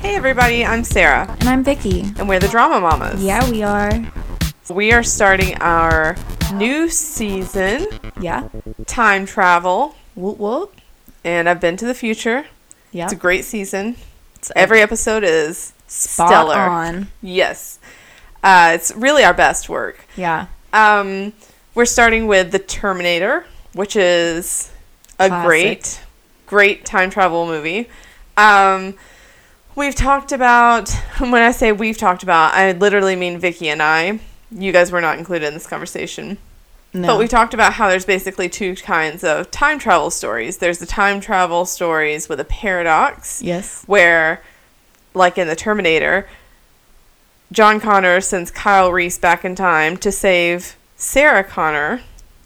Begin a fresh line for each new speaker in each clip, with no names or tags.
Hey everybody, I'm Sarah,
And I'm Vicky.
and we're the Drama Mamas.
Yeah, we are.
We are starting our new season,
Yeah.
Time Travel,
Whoop whoop.
and I've been to the future.
Yeah.
It's a great season. Every episode is
Spot
stellar.
on.
Yes. Uh, it's really our best work.
Yeah.
Um, we're starting with The Terminator, which is a
Classic.
great, great time travel movie. Um, we've talked about, when I say we've talked about, I literally mean Vicky and I. You guys were not included in this conversation.
No.
But we've talked about how there's basically two kinds of time travel stories. There's the time travel stories with a paradox
yes.
where, like in the Terminator, John Connor sends Kyle Reese back in time to save Sarah Connor.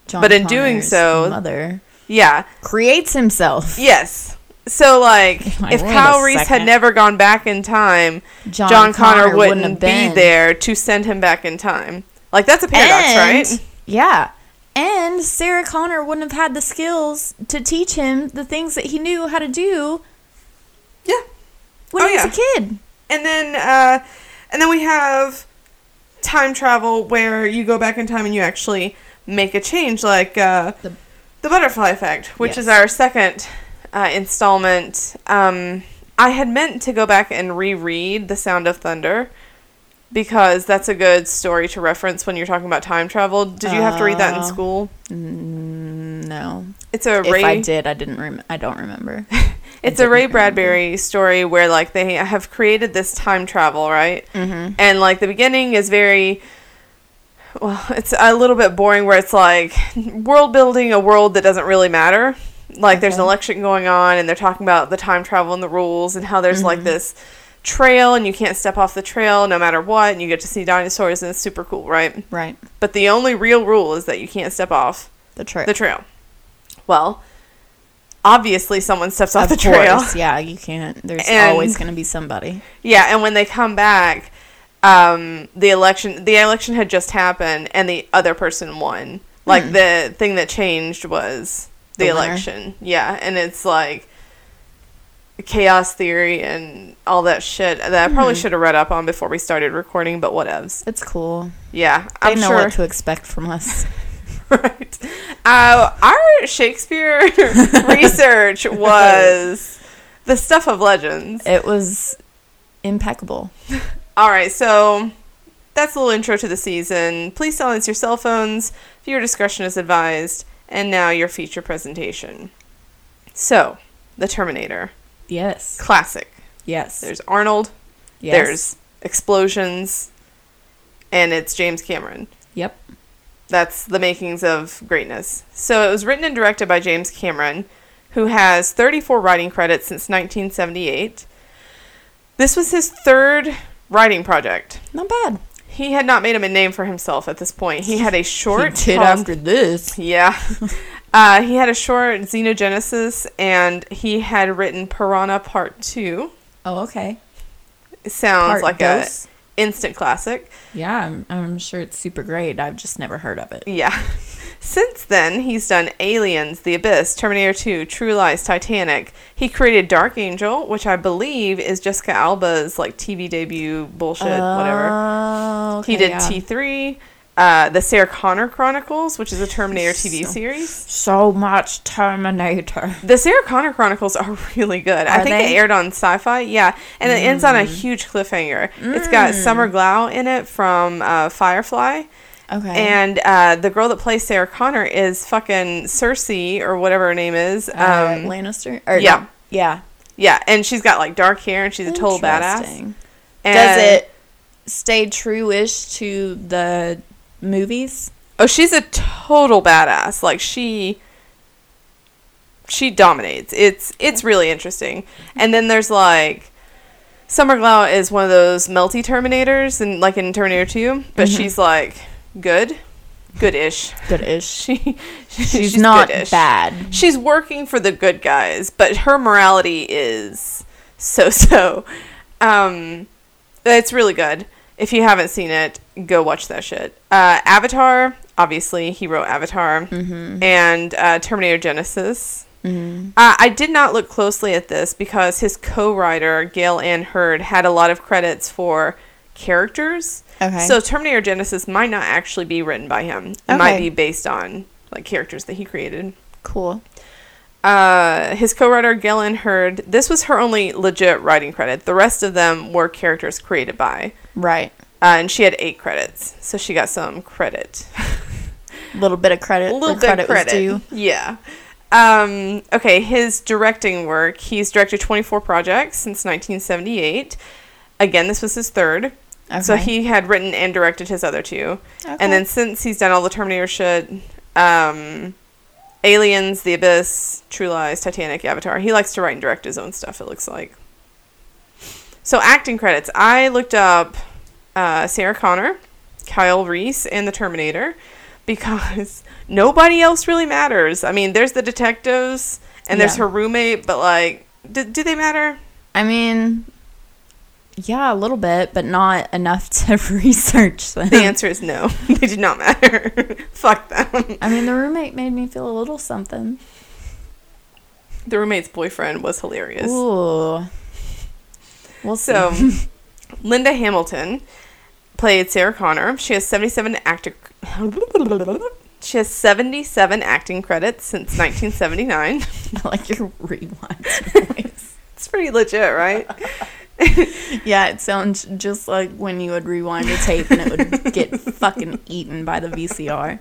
John
but in doing
Connor's
so-
mother
Yeah.
creates himself.
Yes. So like,
Like,
if
wait a
Kyle Reese had
second.
never gone back in time, John,
John
Connor,
Connor
wouldn't,
wouldn't have
be
been.
there to send him back in time. Like that's a paradox, right?
Yeah. And Sarah Connor wouldn't have had the skills to teach him the things that he knew how to do
Yeah.
when
Oh,
he was
yeah.
a kid.
And then uh and then we have time travel where you go back in time and you actually make a change like uh the,
The-
butterfly effect, which is
Yes.
our second uh installment. Um I had meant to go back and reread The Sound of Thunder because that's a good story to reference when you're talking about time travel. Did you have to read that in
Oh.
school?
No.
It's a
If I
Ray
did, I didn't rem- I don't remember.
It's a
didn't
Ray
remember.
Bradbury story where like they have created this time travel, right? Mm-hmm. And like the beginning is very well, it's a little bit boring where it's like world building a world that doesn't really matter. Like there's an
Okay.
election going on and they're talking about the time travel and the rules and how there's
Mm-hmm.
like this trail and you can't step off the trail no matter what and you get to see dinosaurs and it's super cool, right?
right.
But the only real rule is that you can't step off
The trail.
the trail. Well, obviously someone steps off
of
the
course.
trail.
Yeah, you can't. There's
And-
always going to be somebody.
Yeah, and when they come back, um, the election the election had just happened, and the other person won. Like the thing that changed was the,
Hmm. The winner.
election. Yeah, and it's like chaos theory and all that shit that I
Hmm.
probably should have read up on before we started recording, but whatevs.
It's cool.
Yeah,
They
I'm
know
sure.
what to expect from us.
right. Uh, our Shakespeare research was the stuff of legends.
It was impeccable.
All right, so that's a little intro to the season. Please silence your cell phones. Viewer discretion is advised. And now your feature presentation. So, The Terminator,
Yes.
classic.
Yes.
There's Arnold,
yes.
there's explosions, and it's James Cameron.
Yep.
That's the makings of greatness. So, it was written and directed by James Cameron, who has 34 writing credits since 1978. This was his third writing project.
Not bad.
He had not made him a name for himself at this point. He had a short
He did
called-
after this.
Yeah. uh, he had a short Xenogenesis and he had written Piranha Part 2.
Oh, okay.
It sounds
Part
like
dos?
a instant classic.
Yeah, I'm, I'm sure it's super great. I've just never heard of it.
Yeah. Since then, he's done Aliens, The Abyss, Terminator 2, True Lies, Titanic. He created Dark Angel, which I believe is Jessica Alba's like TV debut bullshit, whatever.
Oh,
He
Uh, okay,
did
yeah.
T3, uh, the Sarah Connor Chronicles, which is a Terminator TV
So-
series.
So much Terminator.
The Sarah Connor Chronicles are really good. I
Are
think they?
they? Hmm.
aired on Sci-Fi. Yeah, and it ends on a huge cliffhanger. It's got Summer Glau in it from uh, Firefly,
Okay.
and uh, the girl that plays Sarah Connor is fucking Cersei or whatever her name is. Um,
Uh, Lannister. Or
yeah.
no, yeah.
yeah, and she's got like dark hair and she's a total badass.
Interesting.
And,
Does it stay true-ish to the movies?
Oh, she's a total badass. Like she she dominates. It's it's really interesting. And then there's like Summer Glau is one of those melty Terminators and like in Terminator 2, but she's like good. Good-ish.
Good-ish.
She, she's,
She's, not
good-ish.
bad.
She's working for the good guys, but her morality is so so. Um, it's really good. If you haven't seen it, go watch that shit. Uh,
Mm-hmm.
Avatar, obviously, he wrote Avatar, and uh, Terminator Genesis, Uh, I did not look closely at this because his co-writer Gail Ann Hurd had a lot of credits for characters.
Okay.
So Terminator Genesis might not actually be written by him. It might
Okay.
be based on like characters that he created.
Cool.
Uh, his co-writer Gail Ann Hurd. This was her only legit writing credit. The rest of them were characters created by,
Right.
uh, and she had eight credits, so she got some credit.
Little bit of credit.
a little
where
bit of
was
credit.
due.
Yeah. Um, okay, his directing work. He's directed 24 projects since 1978. Again, this was his third. So
Okay.
he had written and directed his other two.
Okay.
And then since he's done all the Terminator shit, um, Aliens, The Abyss, True Lies, Titanic, Avatar, he likes to write and direct his own stuff, it looks like. So acting credits. I looked up uh, Sarah Connor, Kyle Reese, and The Terminator because nobody else really matters. I mean, there's the detectives and there's
Yeah.
her roommate, but like, do, do they matter?
I mean, yeah, a little bit, but not enough to research them.
The answer is no. they do not matter. Fuck them.
I mean, the roommate made me feel a little something.
The roommate's boyfriend was hilarious.
Ooh. Well,
So,
so
Linda Hamilton played Sarah Connor. She has 77 actor She has 77 acting credits since 1979.
I like your rewind.
it's pretty legit, right?
yeah, it sounds just like when you would rewind a tape and it would get fucking eaten by the VCR.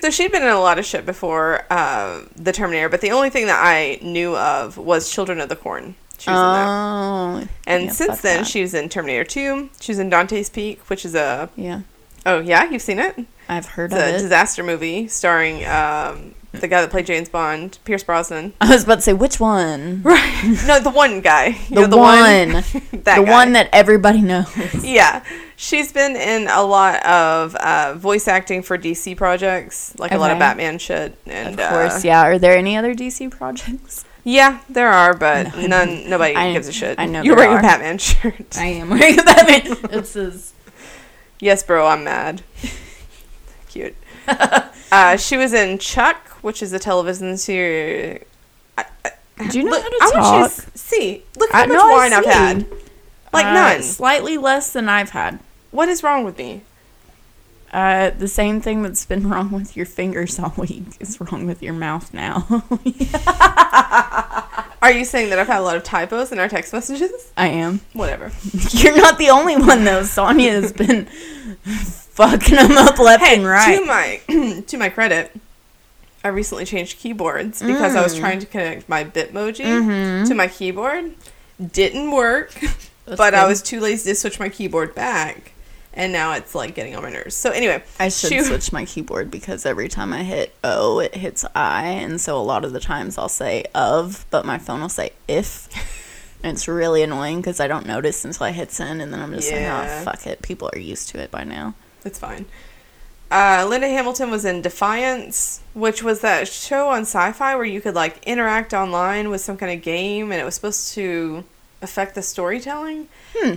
So she'd been in a lot of shit before uh, the Terminator, but the only thing that I knew of was Children of the Corn. She was in that.
Oh.
And
yeah,
since
fuck
then,
that.
she was in Terminator 2. She was in Dante's Peak, which is a
Yeah.
oh yeah, you've seen it.
I've heard
It's a
of it.
disaster movie starring um, the guy that played James Bond, Pierce Brosnan.
I was about to say, which one?
Right. No, the one guy. You
The,
know,
one.
that
the
guy.
one that everybody knows.
Yeah. She's been in a lot of uh, voice acting for DC projects, like a lot of
Okay.
Batman shit. And,
of course,
uh,
yeah. Are there any other DC projects?
yeah, there are, but none. Nobody
I-
gives a shit.
I know
you're
there
wearing a
are.
Batman shirt.
I am wearing that. man- It says
yes, bro, I'm mad. Cute. uh, she was in Chuck, which is a television series.
Do you know
Look,
how to
I
talk?
want you to s- see. Look
I
how much
know I
wine I've
see.
had. Like
Uh,
none.
Slightly less than I've had.
What is wrong with me?
Uh, the same thing that's been wrong with your fingers all week is wrong with your mouth now.
Are you saying that I've had a lot of typos in our text messages?
I am.
Whatever.
You're not the only one though. Sonia has been fucking them up left and right.
To my to my credit, I recently changed keyboards because I
Mm.
was trying to connect my Bitmoji to my keyboard. Didn't work,
Mm-hmm. That's
but I
good.
was too lazy to switch my keyboard back, and now it's like getting on my nerves. So anyway,
I should
she-
switch my keyboard because every time I hit O, it hits I, and so a lot of the times I'll say of, but my phone will say if. And it's really annoying because I don't notice until I hit send, and then I'm just
Yeah.
like, oh, fuck it. People are used to it by now.
It's fine. Uh, Linda Hamilton was in Defiance, which was that show on sci fi where you could like interact online with some kind of game and it was supposed to affect the storytelling.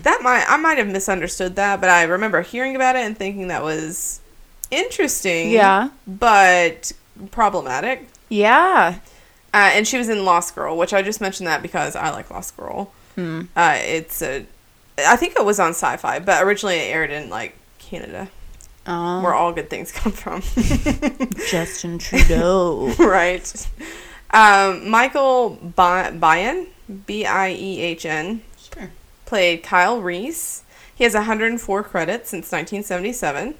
That might I might have misunderstood that, but I remember hearing about it and thinking that was interesting.
Yeah.
But problematic.
Yeah.
Uh, and she was in Lost Girl, which I just mentioned that because I like Lost Girl.
Hmm.
Uh, it's a I think it was on sci fi, but originally it aired in like Canada
Um,
where all good things come from,
Justin Trudeau.
right? Um, Michael Bi- Biehn, B I E H N,
sure.
played Kyle Reese. He has 104 credits since 1977.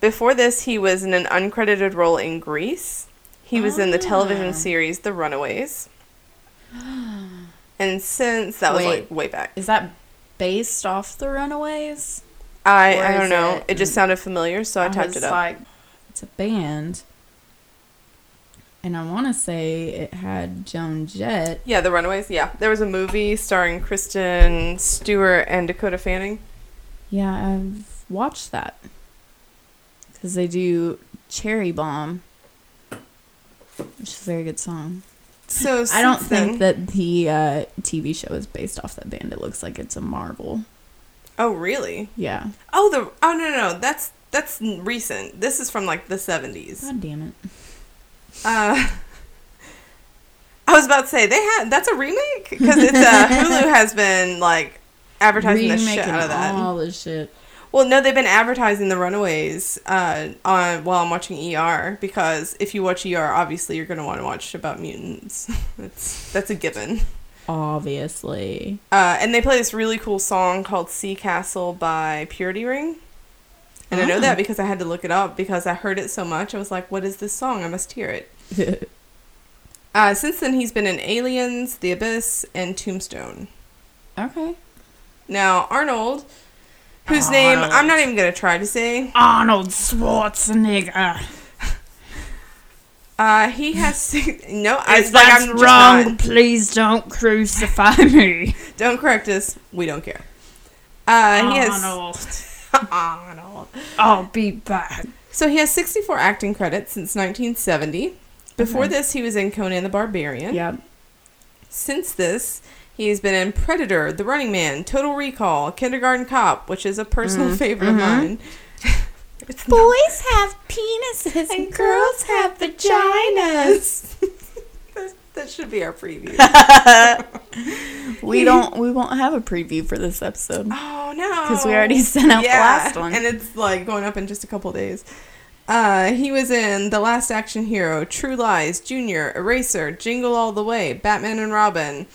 Before this, he was in an uncredited role in Grease. He was in the
Ah.
television series The Runaways. And since that was
Wait.
like way back,
Is that based off the Runaways?
I,
Or
I don't
is
know.
it-
It, just sounded familiar, so I, typed it up.
like, it's a band. And I want to say it had Joan Jett.
Yeah, The Runaways. Yeah, there was a movie starring Kristen Stewart and Dakota Fanning.
Yeah, I've watched that. Because they do Cherry Bomb, which is a very good song.
So
I don't
since
think
then-
that the uh, TV show is based off that band. It looks like it's a Marvel.
Oh, really?
Yeah.
Oh, the oh no no no that's that's n- recent. This is from like the seventies.
God damn it.
Uh, I was about to say they had that's a remake because it's uh, Hulu has been like advertising the shit out of that.
all the shit.
Well, no, they've been advertising the Runaways uh, on while I'm watching ER because if you watch ER, obviously you're going to want to watch about mutants. that's that's a given.
Obviously,
Uh, and they play this really cool song called "Sea Castle" by Purity Ring. And I know
Ah.
that because I had to look it up because I heard it so much. I was like, "What is this song? I must hear it." Uh, since then, he's been in Aliens, The Abyss, and Tombstone.
okay.
Now, Arnold, whose name I'm not even going to try to say,
Arnold Schwarzenegger.
uh, he has six, no. I
If
it's like I'm just not-
please don't crucify me.
don't correct us. We don't care. Uh, he has Arnold.
I'll be back.
So he has 64 acting credits since 1970. Before this, he was in Conan the Barbarian.
Yep.
Since this, he's been in Predator, The Running Man, Total Recall, Kindergarten Cop, which is a personal favorite of mine. it's not-
Boys have penises and girls have vaginas.
that, that should be our preview.
We don't. We won't have a preview for this episode
oh no,
because we already sent out the last one.
and it's like going up in just a couple days. Uh, he was in The Last Action Hero, True Lies, Junior, Eraser, Jingle All the Way, Batman and Robin,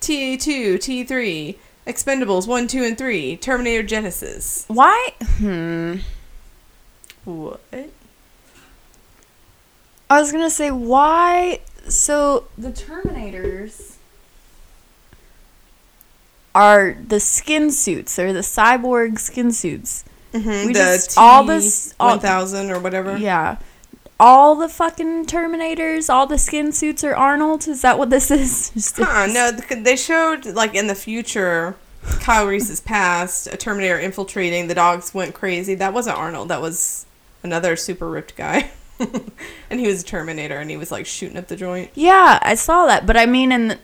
TA2, T3, Expendables 1, 2, and 3, Terminator Genesis.
Why? Hmm.
What?
I was gonna say why. So the Terminators are the skin suits. They're the cyborg skin suits.
Mm-hmm,
We
the
just-
T
all this- all-
1000 or whatever.
Yeah. All the fucking Terminators, all the skin suits are Arnold. Is that what this is? Just-
Huh, no, th- they showed like in the future Kyle Reese's past, a Terminator infiltrating, the dogs went crazy. That wasn't Arnold, that was another super ripped guy. and he was a Terminator and he was like shooting up the joint.
Yeah, I saw that, but I mean, in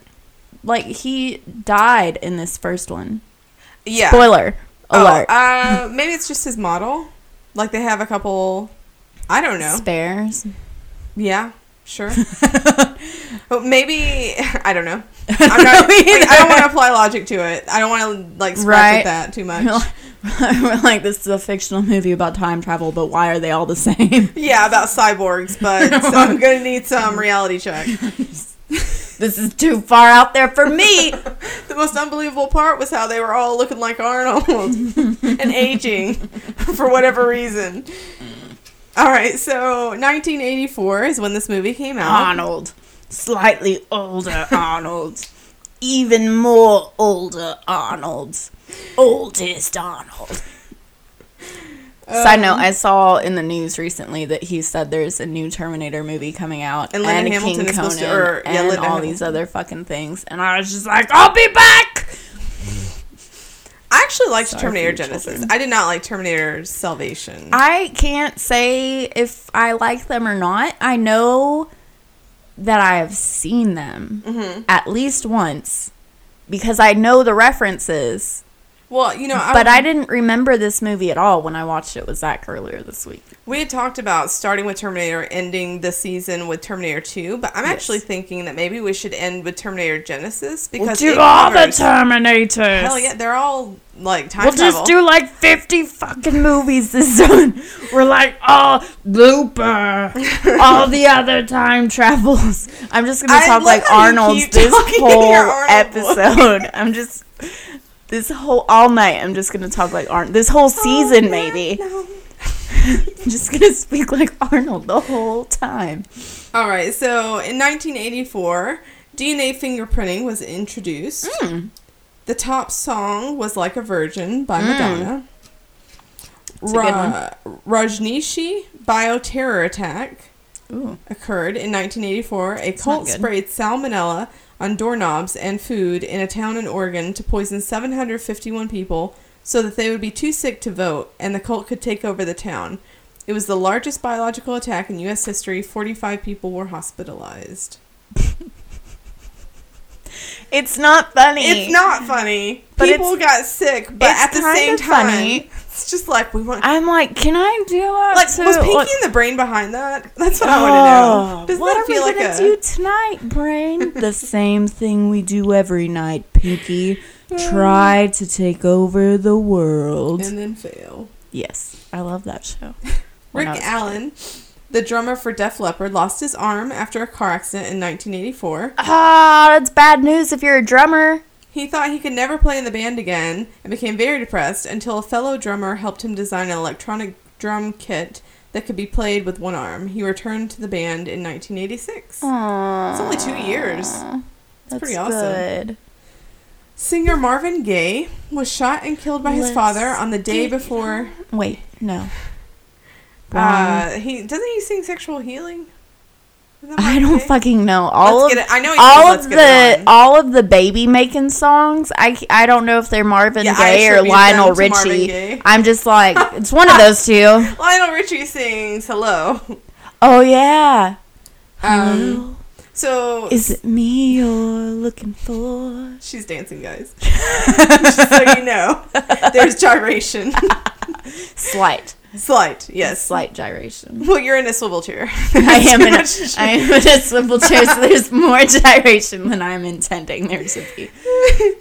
like he died in this first one.
Yeah.
Spoiler
Oh,
alert.
uh, maybe it's just his model. Like they have a couple I don't know.
Spares.
Yeah, sure. Well, maybe I don't know. I'm not, like, I don't want to apply logic to it. I don't want to like scratch at
Right.
that too much.
We're like, this is a fictional movie about time travel, but why are they all the same?
Yeah, about cyborgs, but so I'm gonna need some reality check.
This is too far out there for me.
The most unbelievable part was how they were all looking like Arnold and aging for whatever reason. All right, so 1984 is when this movie came out.
Arnold. Slightly older Arnold. Even more older Arnold. Oldest Arnold.
Um,
Side note: I saw in the news recently that he said there's a new Terminator movie coming out,
And Linda Hamilton is supposed to- or, yeah,
and
Linda
all
Hamilton.
these other fucking things. And
And I was just like, I'll be back!
I actually liked
Sorry for
Terminator
your
Genesis.
children.
I did not like Terminator Salvation.
I can't say if I like them or not. I know that I have seen them
Mm-hmm.
at least once because I know the references,
well, you know, I
but I didn't remember this movie at all when I watched it with Zach earlier this week.
We had talked about starting with Terminator, ending the season with Terminator 2, but I'm actually thinking that maybe we should end with Terminator Genesis because
Do
it
all the
covers-
Terminators.
Hell yeah, they're all like time
We'll
travel.
just do like 50 fucking movies this soon.
We're like, oh, Looper. all the other time travels.
I'm just gonna
I
talk
love
like
how you
Arnold's
keep
this
talking in your
whole
Arnold
episode. I'm just this whole all night. I'm just gonna talk like Arnold. This
Oh
whole season, maybe. I'm just gonna speak like Arnold the whole time.
all right, so in 1984, DNA fingerprinting was introduced.
Hmm.
The top song was Like a Virgin by Madonna.
a good
Rajneeshi Bioterror Attack.
Ooh,
occurred in 1984, a cult
good.
sprayed salmonella on doorknobs and food in a town in Oregon to poison 751 people so that they would be too sick to vote and the cult could take over the town. It was the largest biological attack in U.S. history. 45 people were hospitalized.
it's not funny.
It's not funny.
But
people got sick, but
it's
at the
kinda
same time,
funny.
it's just like we want.
I'm like, can I do that?
like,
too?
was Pinky
Like,
in the brain behind that? That's what I want to know.
oh,
Does
what
that I feel like a
do tonight, brain? the same thing we do every night, Pinky. Try to take over the world.
and then fail.
Yes, I love that show.
Rick
When I was a
Allen, the drummer for Def Leppard, lost his arm after a car accident in 1984.
Ah, that's bad news if you're a drummer.
He thought he could never play in the band again and became very depressed until a fellow drummer helped him design an electronic drum kit that could be played with one arm. He returned to the band in 1986.
Aww.
It's only two years.
That's
pretty awesome.
Good.
Singer Marvin Gaye was shot and killed by his
Let's
father on the day
get
before.
Wait, no. Wrong.
Uh, he doesn't he sing "Sexual Healing." Is that
I
Marvin
don't
Gaye?
fucking know all
Let's
of
get it- I know he says,
all of
"Let's get it
the
on."
all of the baby making songs. I c- I don't know if they're Marvin
Yeah, I
Gaye or
attribute them
Lionel
to Marvin
Richie.
Gaye.
I'm just like it's one of those two.
Lionel Richie sings "Hello."
Oh yeah.
Um, so
Is it me you're looking for?
she's dancing, guys. Just so you know, there's gyration,
Slight,
slight, yes.
slight gyration.
Well, you're in a swivel chair.
I am
Too
in a,
much-
I am in a swivel chair, so there's more gyration than I'm intending there to be.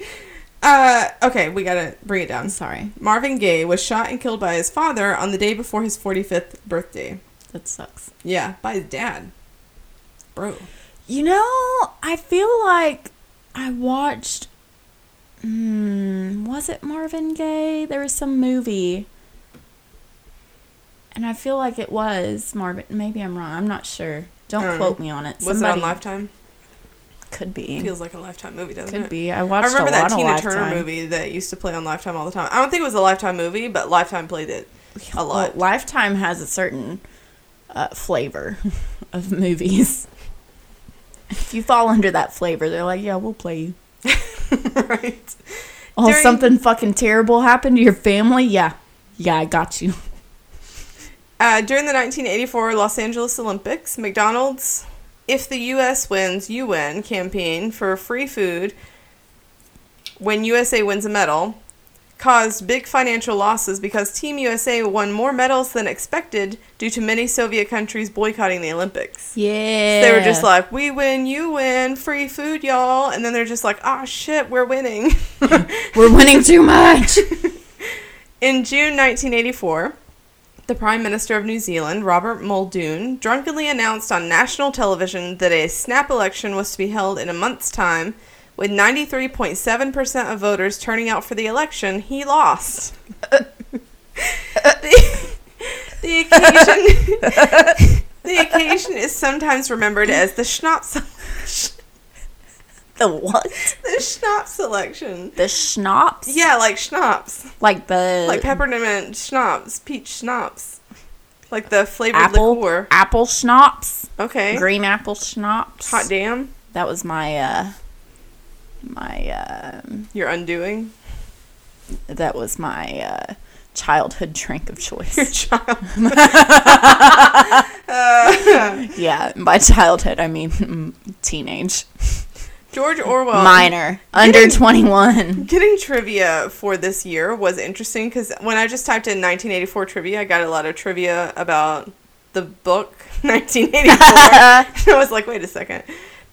Uh, okay, we gotta bring it down.
I'm sorry,
Marvin Gaye was shot and killed by his father on the day before his 45th birthday.
that sucks.
Yeah, by his dad. Bro.
You know, I feel like I watched. Hmm, was it Marvin Gaye? There was some movie, and I feel like it was Marvin. Maybe I'm wrong. I'm not sure. Don't
Um,
quote me on it.
Was it on
Somebody-
Lifetime?
Could be.
Feels like a Lifetime movie, doesn't
Could
it?
be. I
I
watched
remember
a lot
that Tina
of
Turner
Lifetime.
movie that used to play on Lifetime all the time. I don't think it was a Lifetime movie, but Lifetime played it a lot.
Well, Lifetime has a certain uh, flavor of movies. If you fall under that flavor, they're like, "Yeah, we'll play you."
right?
Oh,
During-
something fucking terrible happened to your family? Yeah, yeah, I got you.
Uh, during the 1984 Los Angeles Olympics, McDonald's "If the U.S. wins, you win" campaign for free food when USA wins a medal caused big financial losses because Team USA won more medals than expected due to many Soviet countries boycotting the Olympics.
Yeah,
They were just like, "We win, you win, free food, y'all," and then they're just like, "Ah, shit, we're winning."
"We're winning too much."
In June 1984, the Prime Minister of New Zealand, Robert Muldoon, drunkenly announced on national television that a snap election was to be held in a month's time. With 93.7% of voters turning out for the election, he lost. the, the occasion The occasion is sometimes remembered as the schnapps
the what?
the schnapps election.
The schnapps?
Yeah, like schnapps.
like the
like peppermint schnapps, peach schnapps, like the flavored
apple
liqueur.
apple schnapps,
Okay.
green apple schnapps.
Hot damn,
That was my uh, my um.
you're undoing
that was my uh, childhood drink of
your
choice.
child.
yeah, by childhood I mean mm, teenage,
George Orwell.
minor, under
didn't-
twenty one.
Getting trivia for this year was interesting because when I just typed in 1984 trivia, I got a lot of trivia about the book 1984. I was like, wait a second.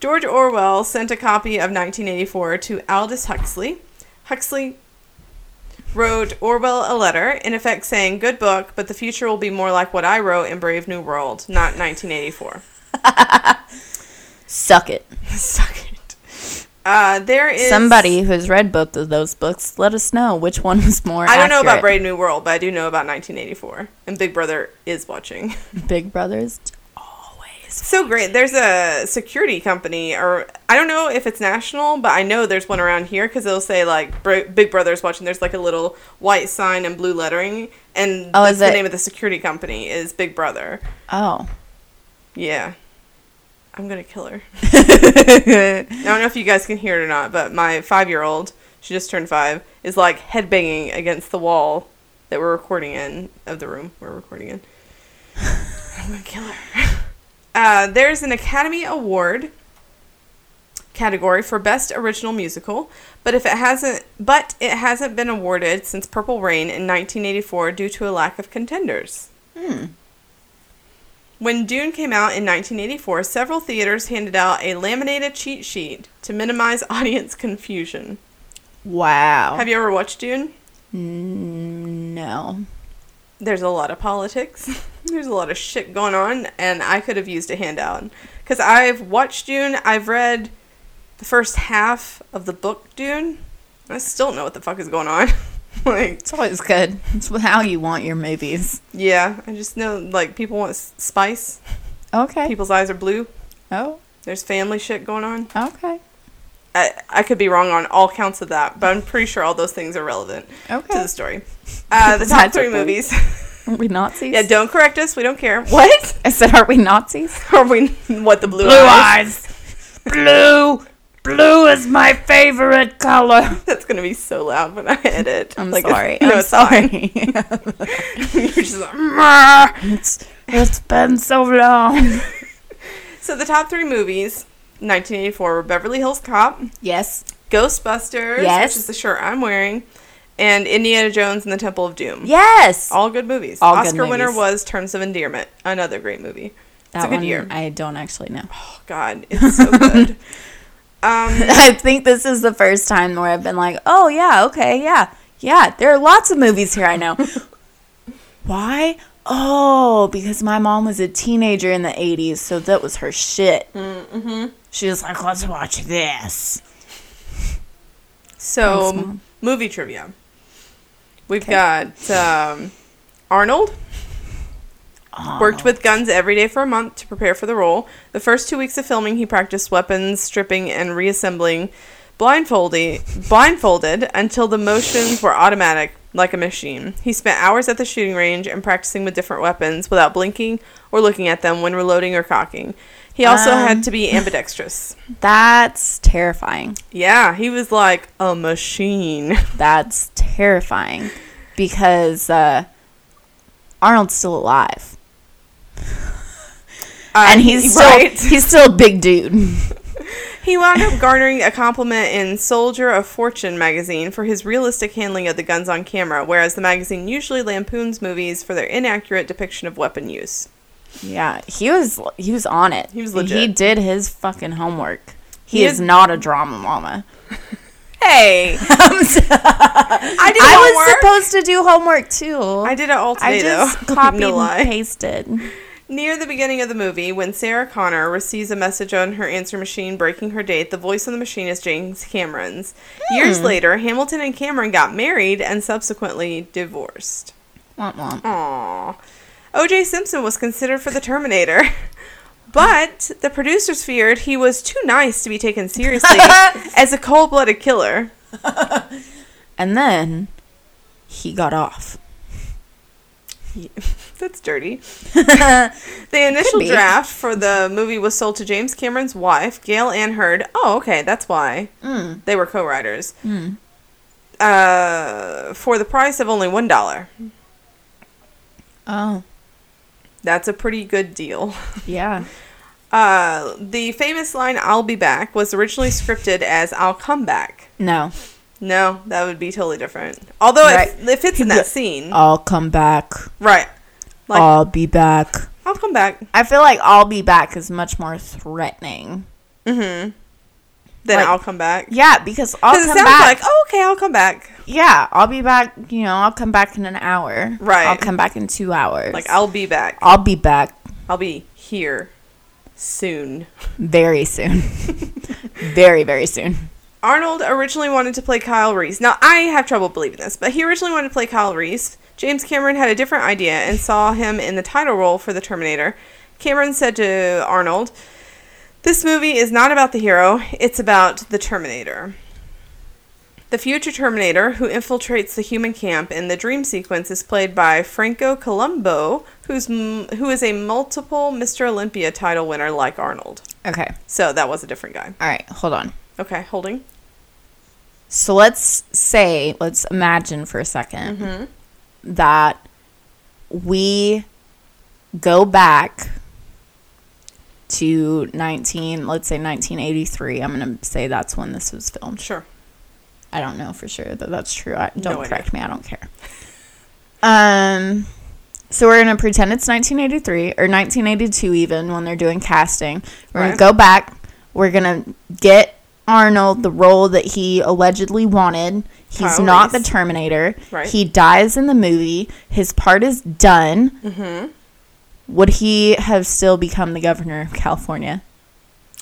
George Orwell sent a copy of 1984 to Aldous Huxley. Huxley wrote Orwell a letter, in effect saying, Good book, but the future will be more like what I wrote in Brave New World, not 1984.
Suck it.
Suck it. Uh, there is.
Somebody who's read both of those books, let us know which one was more.
I don't know about
accurate.
Brave New World, but I do know about 1984. And Big Brother is watching.
Big Brothers. Always.
so great. There's a security company, or I don't know if it's national, but I know there's one around here because it'll say like Br- Big Brother's watching. There's like a little white sign and blue lettering, and
Oh,
that's
is
the
it-
name of the security company is Big Brother.
Oh.
Yeah. I'm gonna kill her. I don't know if you guys can hear it or not, but my five year old, she just turned five, is like headbanging against the wall that we're recording in, of the room we're recording in. I'm gonna kill her. Uh, there's an Academy Award category for best original musical, but if it hasn't but it hasn't been awarded since Purple Rain in 1984 due to a lack of contenders. When Dune came out in 1984, several theaters handed out a laminated cheat sheet to minimize audience confusion.
Wow.
Have you ever watched Dune?
Mm, no.
There's a lot of politics. There's a lot of shit going on, and I could have used a handout. Because I've watched Dune, I've read the first half of the book Dune. and I still don't know what the fuck is going on. like,
It's always good. It's how you want your movies.
yeah, I just know, like, people want s- spice.
Okay.
People's eyes are blue.
Oh,
There's family shit going on.
okay.
I, I could be wrong on all counts of that, but I'm pretty sure all those things are relevant to
Okay.
the story. Uh, the top
That's
three
okay.
movies.
Are we Nazis?
yeah, don't correct us. We don't care. What
I said, are we Nazis?
are we? What the blue,
Blue
eyes?
eyes. Blue. Blue is my favorite color.
That's gonna be so loud when I edit.
I'm
Like,
sorry.
No,
I'm
it's fine.
sorry.
You're just like, "Mm."
It's, it's been so long.
so the top three movies, 1984, were Beverly Hills Cop,
yes.
Ghostbusters,
Yes.
which is the shirt I'm wearing, and Indiana Jones and the Temple of Doom.
Yes.
All good movies.
All good
Oscar winner
movies.
was Terms of Endearment, another great movie.
That
a good
one,
year.
I don't actually know.
Oh God, it's so good. um,
I think this is the first time where I've been like, oh, yeah, okay, yeah, yeah. There are lots of movies here I know. Why? Oh, because my mom was a teenager in the 80s, so that was her shit.
Mm.
She was like, let's watch this.
so
Thanks, Mom.
movie trivia. We've
'Kay.
got um, Arnold worked with guns every day for a month to prepare for the role. The first two weeks of filming, he practiced weapons stripping and reassembling, blindfolded, blindfolded until the motions were automatic, like a machine. He spent hours at the shooting range and practicing with different weapons without blinking or looking at them when reloading or cocking. He also had to be ambidextrous.
That's terrifying.
Yeah, he was like a machine.
That's terrifying because uh, Arnold's still alive. and he's still he's still a big dude.
He wound up garnering a compliment in Soldier of Fortune magazine for his realistic handling of the guns on camera, whereas the magazine usually lampoons movies for their inaccurate depiction of weapon use.
Yeah, he was he was on it.
He was
He
legit.
did his fucking homework. He,
He
is
is-
not a drama mama.
Hey,
I'm so-
I did
I was
homework.
supposed to do homework too.
I did it all today
I just
though.
copied
no lie.
and pasted.
Near the beginning of the movie, when Sarah Connor receives a message on her answer machine breaking her date, the voice on the machine is James Cameron's. Years later, Hamilton and Cameron got married and subsequently divorced.
Womp womp.
Aww. O.J. Simpson was considered for the Terminator, but the producers feared he was too nice to be taken seriously as a cold blooded killer.
And then he got off.
That's dirty. The initial
be.
draft for the movie was sold to James Cameron's wife, Gail Ann Hurd. Oh, okay, that's why
Mm.
they were co writers.
Mm.
Uh, for the price of only $1.
Oh,
That's a pretty good deal.
yeah.
Uh, the famous line, I'll be back, was originally scripted as I'll come back.
No,
No, that would be totally different. Although
Right. Uh,
it, it fits in that scene,
I'll come back.
right? Like
I'll be back.
I'll come back.
I feel like I'll be back is much more threatening.
Mm-hmm. Then
Like-
I'll come back.
Yeah, because I'll
Because
come
it sounds
back.
like oh, okay, I'll come back.
yeah, I'll be back. You know, I'll come back in an hour.
Right.
I'll come back in two hours.
Like I'll be back.
I'll be back
I'll be here soon.
very soon. very very soon.
Arnold originally wanted to play Kyle Reese. Now, I have trouble believing this, but he originally wanted to play Kyle Reese. James Cameron had a different idea and saw him in the title role for The Terminator. Cameron said to Arnold, This movie is not about the hero, it's about the Terminator. The future Terminator, who infiltrates the human camp in the dream sequence, is played by Franco Colombo, who's m- who is a multiple Mr. Olympia title winner like Arnold.
Okay.
So that was a different guy.
All right. Hold on.
Okay, holding.
So let's say, let's imagine for a 2nd that we go back to 19, let's say 1983. I'm going to say that's when this was filmed.
Sure.
I don't know for sure that that's true. I,
No
don't
idea.
correct me. I don't care. Um, So we're gonna pretend it's 1983 or 1982 even when they're doing casting. We're
Right.
gonna go back. We're gonna get Arnold the role that he allegedly wanted. He's
Kyle
not
Reese.
the Terminator.
Right.
He dies in the movie. His part is done. Mm-hmm. Would he have still become the governor of California?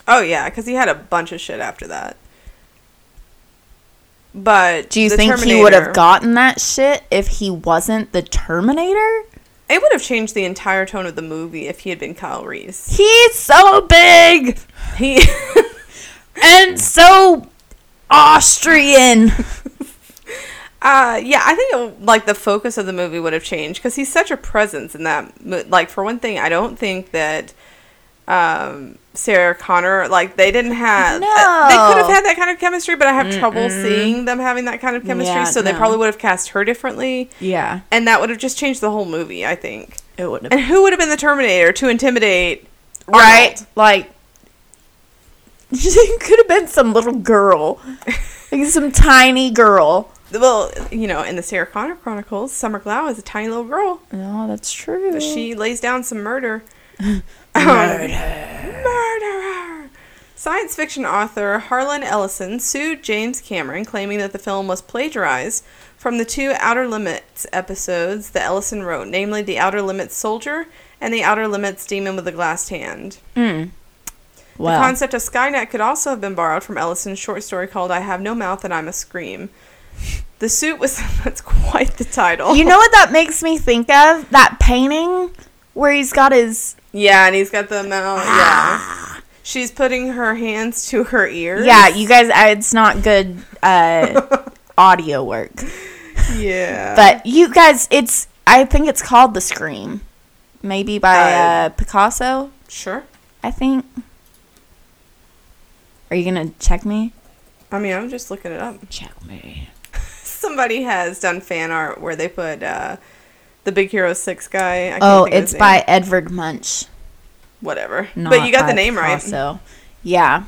Oh yeah, because he had a bunch of shit after that. But
Do you
the
think he would
Terminator-
have gotten that shit if he wasn't the Terminator?
It would have changed the entire tone of the movie if he had been Kyle Reese.
He's so big
He
and so Austrian.
Uh, yeah, I think it, like the focus of the movie would have changed because he's such a presence in that. mo- Like for one thing, I don't think that um, Sarah Connor like they didn't have uh, they could have
No.
had that kind of chemistry, but I have trouble seeing them having that kind of chemistry.
Yeah,
so they
no.
probably would have cast her differently,
Yeah,
and that would have just changed the whole movie. I think.
it would have
And who would have been the Terminator to intimidate?
right.
Arnold?
Like, it could have been some little girl, like some tiny girl.
Well, you know, in the Sarah Connor Chronicles, Summer Glau is a tiny little girl.
No, that's true.
She lays down some murder. murder. Murderer. Science fiction author Harlan Ellison sued James Cameron, claiming that the film was plagiarized from the two Outer Limits episodes that Ellison wrote, namely The Outer Limits Soldier and The Outer Limits Demon with a Glass Hand. The
well,
concept of Skynet could also have been borrowed from Ellison's short story called I Have No Mouth and I'm a Scream. The suit was that's quite the title.
you know what that makes me think of? That painting where he's got his
Yeah, and he's got the mouth. Yeah. She's putting her hands to her ears.
Ah. Yeah, you guys, I- it's not good uh, audio work.
Yeah.
But you guys, it's, I think it's called The Scream. Maybe by uh,
Uh,
Picasso,
sure.
I think. Are you going to check me?
I mean, I'm just looking it up.
Check me.
Somebody has done fan art where they put uh, the Big Hero Six guy. I can't
Oh,
think of his
it's
name.
by Edvard Munch.
whatever.
Not
but you got
by
the name right.
Picasso. Yeah.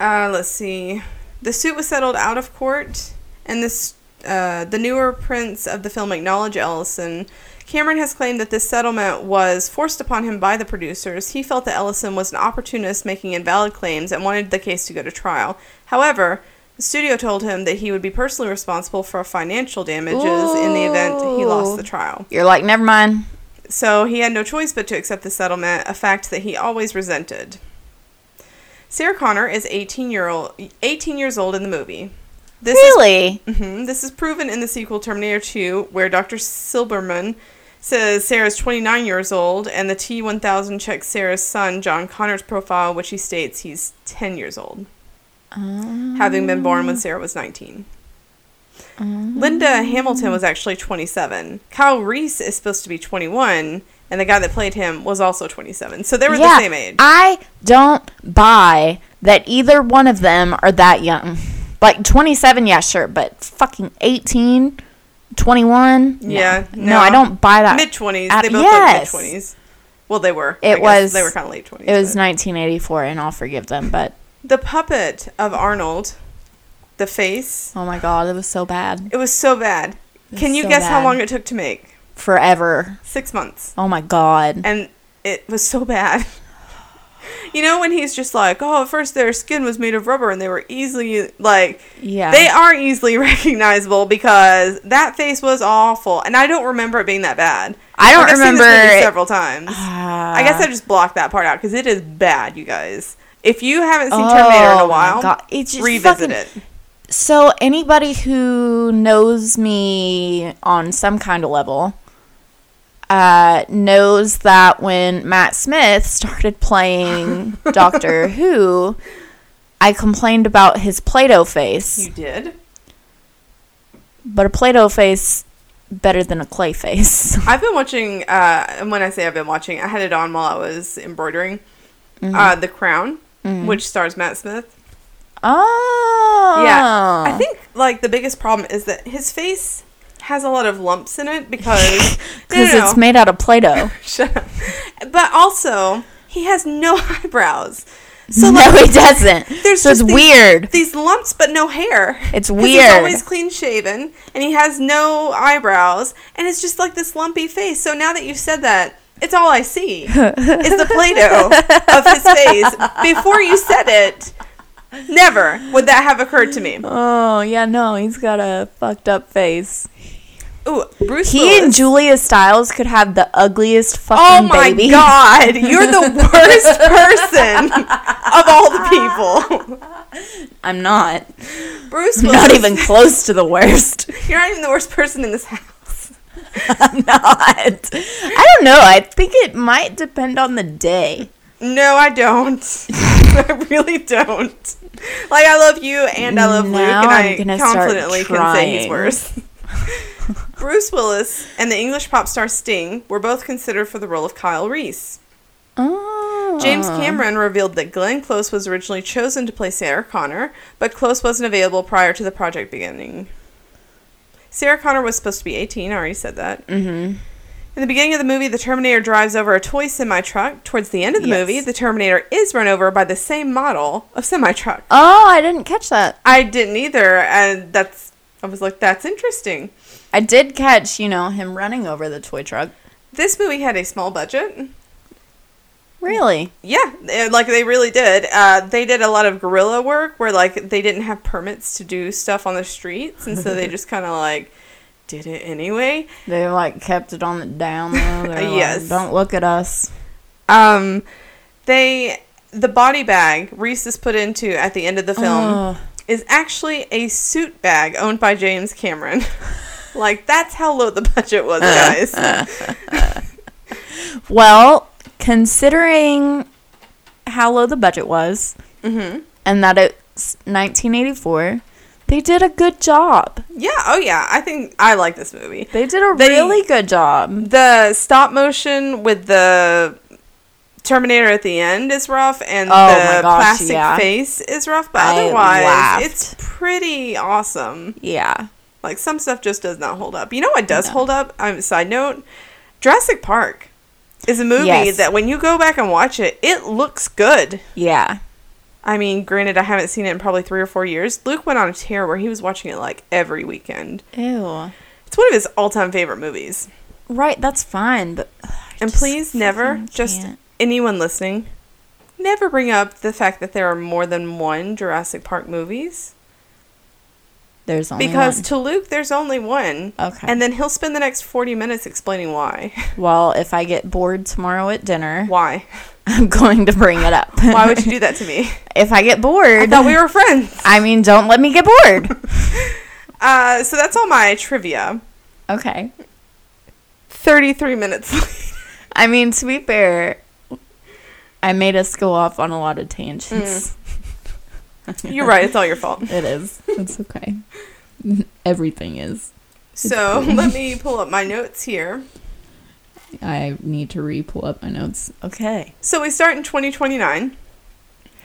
Uh, let's see. The suit was settled out of court, and this uh, the newer prints of the film acknowledge Ellison. Cameron has claimed that this settlement was forced upon him by the producers. He felt that Ellison was an opportunist making invalid claims and wanted the case to go to trial. However, the studio told him that he would be personally responsible for financial damages in the event he lost
Ooh.
the trial.
You're like, never mind.
So he had no choice but to accept the settlement, a fact that he always resented. Sarah Connor is 18 year old 18 years old in the movie. This
Really?
is Mhm. this is proven in the sequel Terminator 2 where Dr. Silberman says Sarah's 29 years old and the T1000 checks Sarah's son John Connor's profile which he states he's 10 years old
Uh,
having been born when Sarah was 19. Linda Hamilton was actually 27. Kyle Reese is supposed to be 21, and the guy that played him was also 27. So they were the same age.
I don't buy that either one of them are that young. Like 27, yeah, sure, but fucking 18, 21. no.
Yeah,
No, I
no.
don't buy that.
Mid 20s.
at-
They both
yes.
looked mid 20s. Well, they were.
It
guess
was-
They were kind of late 20s.
it was
but-
1984, and I'll forgive them, but
the puppet of Arnold, the face.
oh my God, it was so bad.
It was so bad. Can you
so
guess how
bad.
long it took to make?
Forever.
Six months.
Oh my God.
and it was so bad. You know when he's just like, oh, at first their skin was made of rubber and they were easily like,
Yeah.
they are easily recognizable because that face was awful, and I don't remember it being that bad.
I don't
Like, I've seen this
remember
movie
it- Ah.
several times. I guess I just blocked that part out because it is bad, you guys. If you haven't seen Terminator in
Oh
a
my
while,
God. It's just
revisit
fucking-
it.
So, anybody who knows me on some kind of level uh, knows that when Matt Smith started playing Doctor Who, I complained about his Play Doh face.
You did.
But a Play Doh face better than a clay face.
I've been watching, uh, and when I say I've been watching, I had it on while I was embroidering
Mm-hmm.
uh, The Crown, which stars Matt Smith.
Oh.
Yeah. I think, like, the biggest problem is that his face has a lot of lumps in it because. no,
Because
no,
it's
no.
made out of Play Doh.
Shut up. But also, he has no eyebrows. So
no,
like,
he doesn't.
there's
so it's
just these-
weird.
these lumps but no hair.
It's
'Cause
weird.
He's always clean shaven and he has no eyebrows and it's just like this lumpy face. So now that you said that, it's all I see is the play-doh of his face. Before you said it, never would that have occurred to me.
Oh yeah, no, he's got a fucked up face.
Ooh, Bruce
He
Willis.
and Julia Stiles could have the ugliest
Oh
fucking
my
baby.
god, you're the worst person of all the people.
I'm not.
Bruce
I'm
Willis.
not even close to the worst.
You're not even the worst person in this house.
I'm not. I don't know. I think it might depend on the day.
No, I don't. I really don't. Like I love you and I love Luke,
Now
and
I'm
I
gonna start
confidently can say he's
trying.
worse. Bruce Willis and the English pop star Sting were both considered for the role of Kyle Reese.
Oh.
James Cameron revealed that Glenn Close was originally chosen to play Sarah Connor, but Close wasn't available prior to the project beginning. Sarah Connor was supposed to be 18, I already said that.
Mm-hmm.
In the beginning of the movie, the Terminator drives over a toy semi truck. Towards the end of the
Yes.
movie, the Terminator is run over by the same model of semi truck.
Oh, I didn't catch that.
I didn't either, and that's. I was like, that's interesting.
I did catch, you know, him running over the toy truck.
This movie had a small budget.
Really?
Yeah, they- like they really did. Uh, they did a lot of guerrilla work where like they didn't have permits to do stuff on the streets, and so they just kind of like did it anyway.
They like kept it on the down low. They were
Yes.
Like, Don't look at us.
Um, they the body bag Reese is put into at the end of the film
Ugh.
is actually a suit bag owned by James Cameron. like that's how low the budget was, guys.
Well, considering how low the budget was
hmm
and that it's 1984, they did a good job.
Yeah. Oh yeah. I think I like this movie.
They did a
They-
really good job.
The stop motion with the Terminator at the end is rough, and
Oh my
the
gosh,
plastic
yeah.
face is rough. But
I
otherwise,
laughed.
it's pretty awesome.
Yeah.
Like some stuff just does not hold up. You know what does
No.
hold up? Um, side note: Jurassic Park is a movie
Yes.
that when you go back and watch it, it looks good.
Yeah.
I mean, granted, I haven't seen it in probably three or four years. Luke went on a tear where he was watching it like every weekend.
Ew.
It's one of his all-time favorite movies.
Right, that's fine, but ugh, I
And
just
please never,
fucking
just
can't.
anyone listening, never bring up the fact that there are more than one Jurassic Park movies.
there's only
because
one. Oh,
to Luke, there's only one.
Okay.
And then he'll spend the next 40 minutes explaining why.
well, if I get bored tomorrow at dinner,
why?
I'm going to bring it up.
Why would you do that to me?
if I get
I
bored,
thought we were friends.
I mean, don't let me get bored.
Uh, so that's all my trivia.
okay.
33 minutes later.
I mean, to be fair, I made us go off on a lot of tangents.
You're right. It's all your fault.
It is. It's okay. Everything is.
So let me pull up my notes here.
I need to re pull up my notes.
Okay.
So we start in 2029.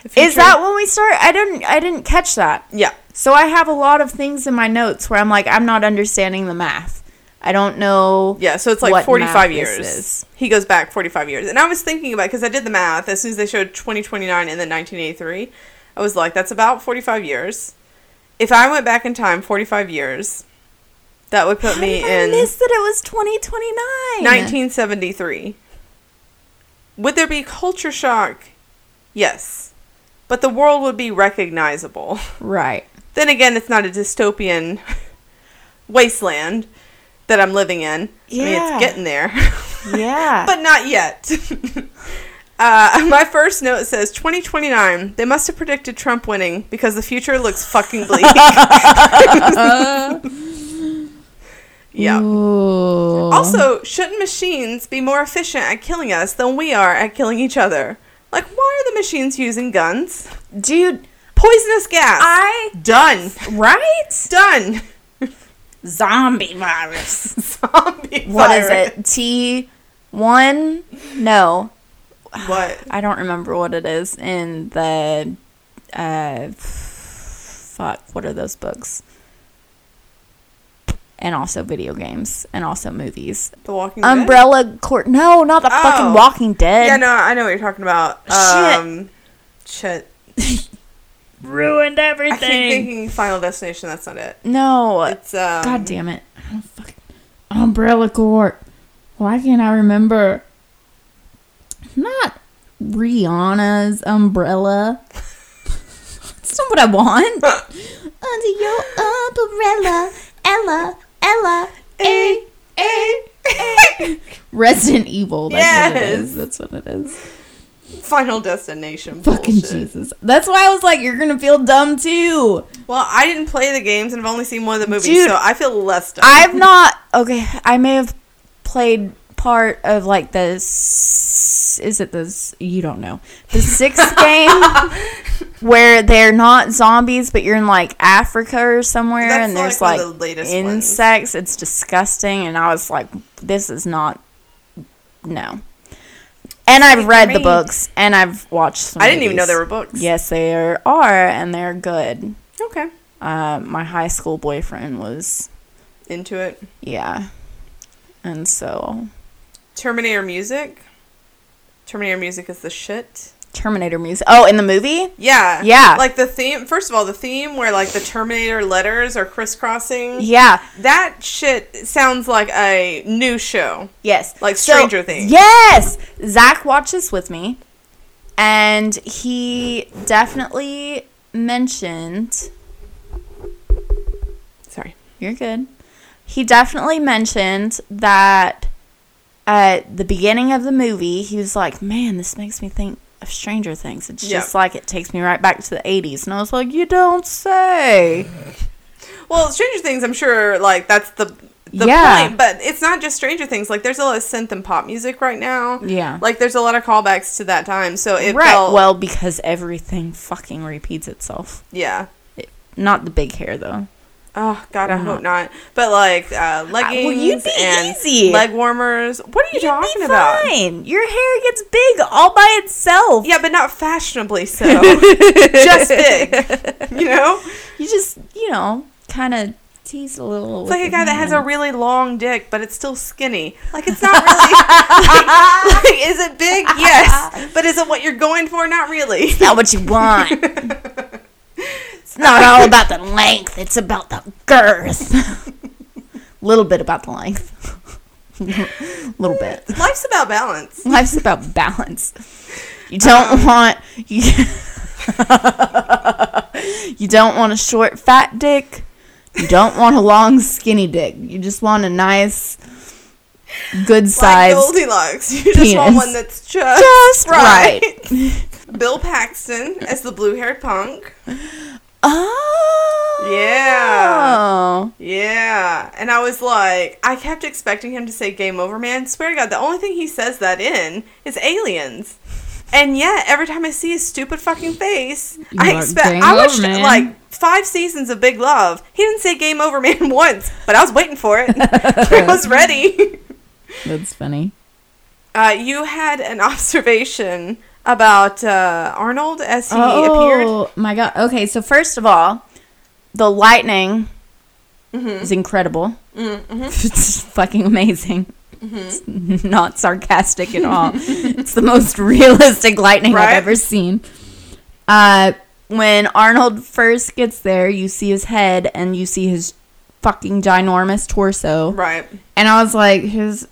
The
Is
future-
that when we start? I didn't. I didn't catch that.
Yeah.
So I have a lot of things in my notes where I'm like, I'm not understanding the math. I don't know.
Yeah, so it's like
what
45
math this
years.
is.
He goes back 45 years. And I was thinking about because I did the math as soon as they showed 2029 and then 1983. I was like, that's about 45 years. If I went back in time 45 years, that would put
How
me
did I
in
miss that it was 2029.
1973. Would there be culture shock? Yes. But the world would be recognizable.
Right.
Then again, it's not a dystopian wasteland that I'm living in. I mean,
Yeah.
it's getting there.
Yeah.
but not yet. uh, my first note says 2029. They must have predicted Trump winning because the future looks fucking bleak. yeah.
Ooh.
Also, shouldn't machines be more efficient at killing us than we are at killing each other? Like, why are the machines using guns?
dude,
Poisonous gas.
I
Done.
right?
Done.
zombie virus.
Zombie
What is
virus.
it? T one? No,
What?
I don't remember what it is in the uh fuck, what are those books? And also video games and also movies.
The Walking Dead?
Umbrella Court. No, not the
Oh.
fucking Walking Dead.
Yeah, no, I know what you're talking about.
Shit.
Um, Shit.
Ruined
I keep
everything.
thinking Final Destination. That's not it.
No.
It's um.
God damn it.
Oh, fuck. Umbrella Corp. Why can't I remember?
Not Rihanna's umbrella. That's not what I want. Under your umbrella, Ella, Ella, A, A, A. Resident Evil. That's what it
Yes.
is. That's what it is.
Final Destination.
Fucking
bullshit.
Jesus. That's why I was like, you're gonna feel dumb too.
Well, I didn't play the games and I've only seen one of the movies,
Dude,
so I feel less dumb.
I've not. Okay, I may have played part of like the. s- Is it the? s- You don't know the sixth game where they're not zombies, but you're in like Africa or somewhere,
That's
and there's
like
like,
one of the latest ones.
insects. It's disgusting, and I was like, this is not. No. And I've read the
me.
books, and I've watched. Some
I didn't even know
movies.
there were books.
Yes, there are, and they're good.
Okay.
Uh, my high school boyfriend was
Into it.
yeah. And so
Terminator music. Terminator music is the shit.
Terminator music. Oh, in the movie?
Yeah.
Yeah.
Like the theme. First of all, the theme where like the Terminator letters are crisscrossing.
Yeah.
That shit sounds like a new show.
Yes.
Like Stranger Things.
Yes. Zach watched this with me, and he definitely mentioned.
Sorry.
You're good. He definitely mentioned that at the beginning of the movie, he was like, "Man, this makes me think of Stranger Things. It's
Yeah.
just like it takes me right back to the '80s." And I was like, "You don't say."
Well, Stranger Things, I'm sure, like that's the the
Yeah.
point. But it's not just Stranger Things. Like there's a lot of synth and pop music right now.
Yeah.
Like there's a lot of callbacks to that time. So it
right.
felt
Well, because everything fucking repeats itself.
yeah.
Not the big hair though.
Oh God, I hope not. But like uh, leggings
uh-huh. well, you'd be
and
easy.
leg warmers. What are you talking about?
fine. Your hair gets big all by itself.
Yeah, but not fashionably so. Just big. You know?
You just, you know, kind of tease a little.
It's like a guy that has a really long dick, but it's still skinny. Like it's not really like, like, is it big? Yes. But is it what you're going for? Not really.
Not what you want. it's not all about the length. It's about the girth. little bit about the length. little bit.
Life's about balance.
Life's about balance. You don't want you, you don't want a short fat dick. You don't want a long skinny dick. You just want a nice good
Like
size.
Goldilocks. You just want
penis.
one that's just,
Just
right. Bill Paxton as the blue haired punk.
Oh.
Yeah. Yeah. And I was like, I kept expecting him to say game over, man. Swear to God, the only thing he says that in is aliens. And yet, every time I see his stupid fucking face, I
like,
expect.
"Game
I
over,
watched
man."
like five seasons of Big Love. He didn't say game over, man, once, but I was waiting for it. I was ready.
That's funny.
Uh, you had an observation about uh, Arnold as he appeared.
Oh my god. Okay, so first of all, the lightning
Mm-hmm.
is incredible. it's fucking amazing.
Mm-hmm.
It's not sarcastic at all. it's the most realistic lightning
Right?
I've ever seen. Uh, when Arnold first gets there, you see his head and you see his fucking ginormous torso.
Right.
And I was like, his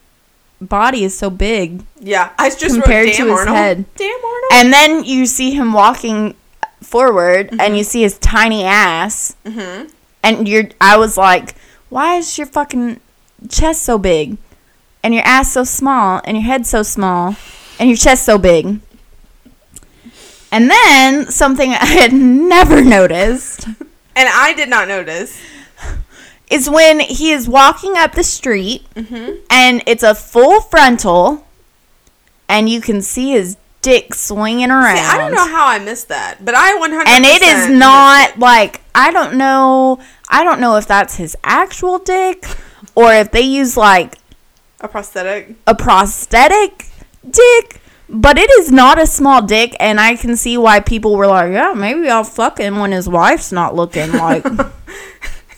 body is so big.
Yeah. I just
Compared
wrote,
to
damn
his
Arnold.
head.
Damn Arnold.
And then you see him walking forward
Mm-hmm.
and you see his tiny ass. And you're I was like, why is your fucking chest so big? And your ass so small and your head so small and your chest so big. And then something I had never noticed
and I did not notice.
is when he is walking up the street
Mm-hmm.
and it's a full frontal and you can see his dick swinging around.
See, I don't know how I missed that, but I 100
and it is not like I don't know. I don't know if that's his actual dick or if they use like
a prosthetic.
a prosthetic dick. But it is not a small dick, and I can see why people were like, "Yeah, maybe I'll fuck him when his wife's not looking." Like, all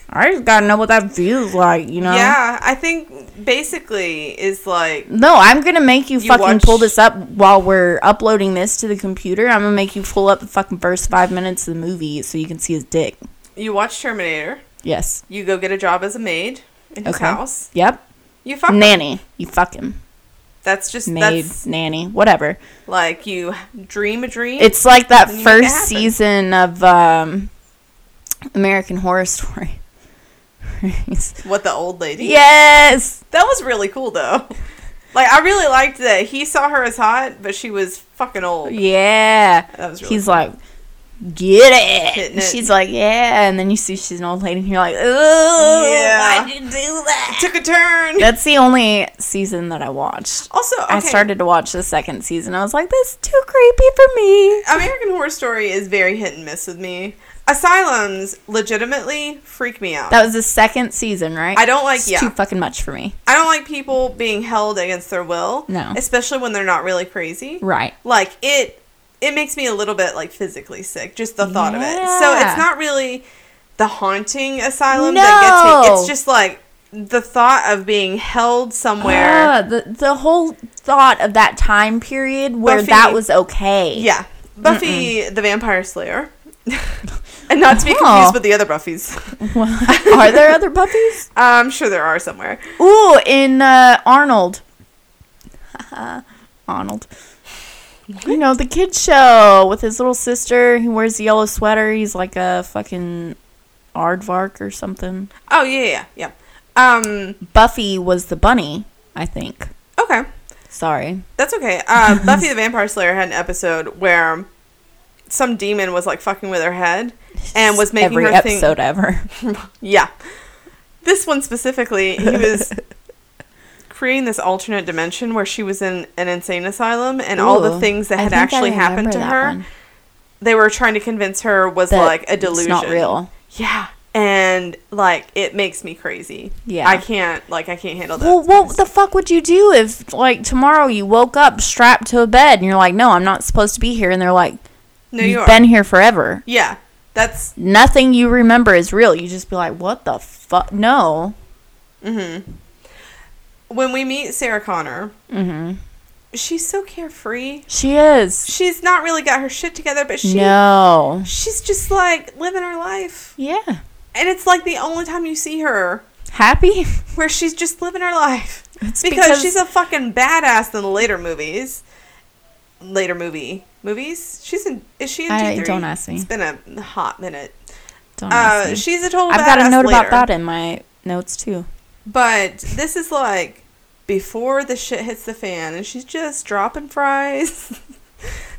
I just gotta know what that feels like, you know?
Yeah, I think basically is like
No, I'm gonna make you,
You
fucking
watch-
pull this up while we're uploading this to the computer. I'm gonna make you pull up the fucking first five minutes of the movie so you can see his dick.
you watch Terminator,
Yes.
you go get a job as a maid in his
Okay.
house,
Yep.
you fuck. him.
Nanny. You fuck him.
That's just
Maid,
that's
nanny, whatever.
like you dream a dream.
It's like that
Then you make it
first
happen.
season of um, American Horror Story.
what the old lady.
yes.
that was really cool though. Like I really liked that he saw her as hot, but she was fucking old.
Yeah.
That was really
He's
cool.
like, get it.
Hitting
And
it.
She's like, yeah. And then you see she's an old lady and you're like, oh,
Yeah.
why'd you do that?
took a turn.
That's the only season that I watched.
also, okay,
I started to watch the second season. I was like, this is too creepy for me.
American Horror Story is very hit and miss with me. Asylums legitimately freak me out.
That was the second season, right?
I don't like
It's
yeah.
too fucking much for me.
I don't like people being held against their will.
No.
Especially when they're not really crazy.
Right.
Like it it makes me a little bit like physically sick, just the thought of it. So
Yeah.
it's not really the haunting asylum that gets me.
No.
It's just like the thought of being held somewhere.
Ah, the the whole thought of that time period where
Buffy-
that was okay.
yeah. Buffy the Vampire Slayer. and not to be
Oh.
confused with the other Buffies.
Are there other puppies?
I'm sure there are somewhere.
Ooh, in uh, Arnold. Arnold. You know the kid show with his little sister. He wears the yellow sweater. He's like a fucking aardvark or something.
Oh yeah, yeah, yeah. Um
Buffy was the bunny, I think.
okay.
Sorry.
That's okay. Uh, Buffy the Vampire Slayer had an episode where some demon was like fucking with her head and was making
every
her think.
episode ever.
Yeah, this one specifically, he was creating this alternate dimension where she was in an insane asylum and all the
Ooh,
things that
I
had
think I
actually happened
remember
to
that
her.
one.
They were trying to convince her was
That
like a delusion.
It's not real.
Yeah. And like it makes me crazy.
Yeah.
I can't like I can't handle that.
Well, what the fuck would you do if, like, tomorrow you woke up strapped to a bed and you're like, no, I'm not supposed to be here? And they're like,
no,
you've
you are.
been here forever.
yeah. That's
Nothing you remember is real. You just be like, what the fuck? No.
when we meet Sarah Connor,
Mm-hmm.
she's so carefree.
She is.
She's not really got her shit together, but she
no.
she's just like living her life.
Yeah.
And it's like the only time you see her
Happy?
where she's just living her life.
It's
because,
because-
she's a fucking badass in the later movies. Later movie movies. She's in is she in
I-
G3?
don't ask me.
It's been a hot minute.
Don't ask
Uh,
me.
she's a total
I've
badass
got a note
later.
about that in my notes, too.
But this is like before the shit hits the fan, and she's just dropping fries.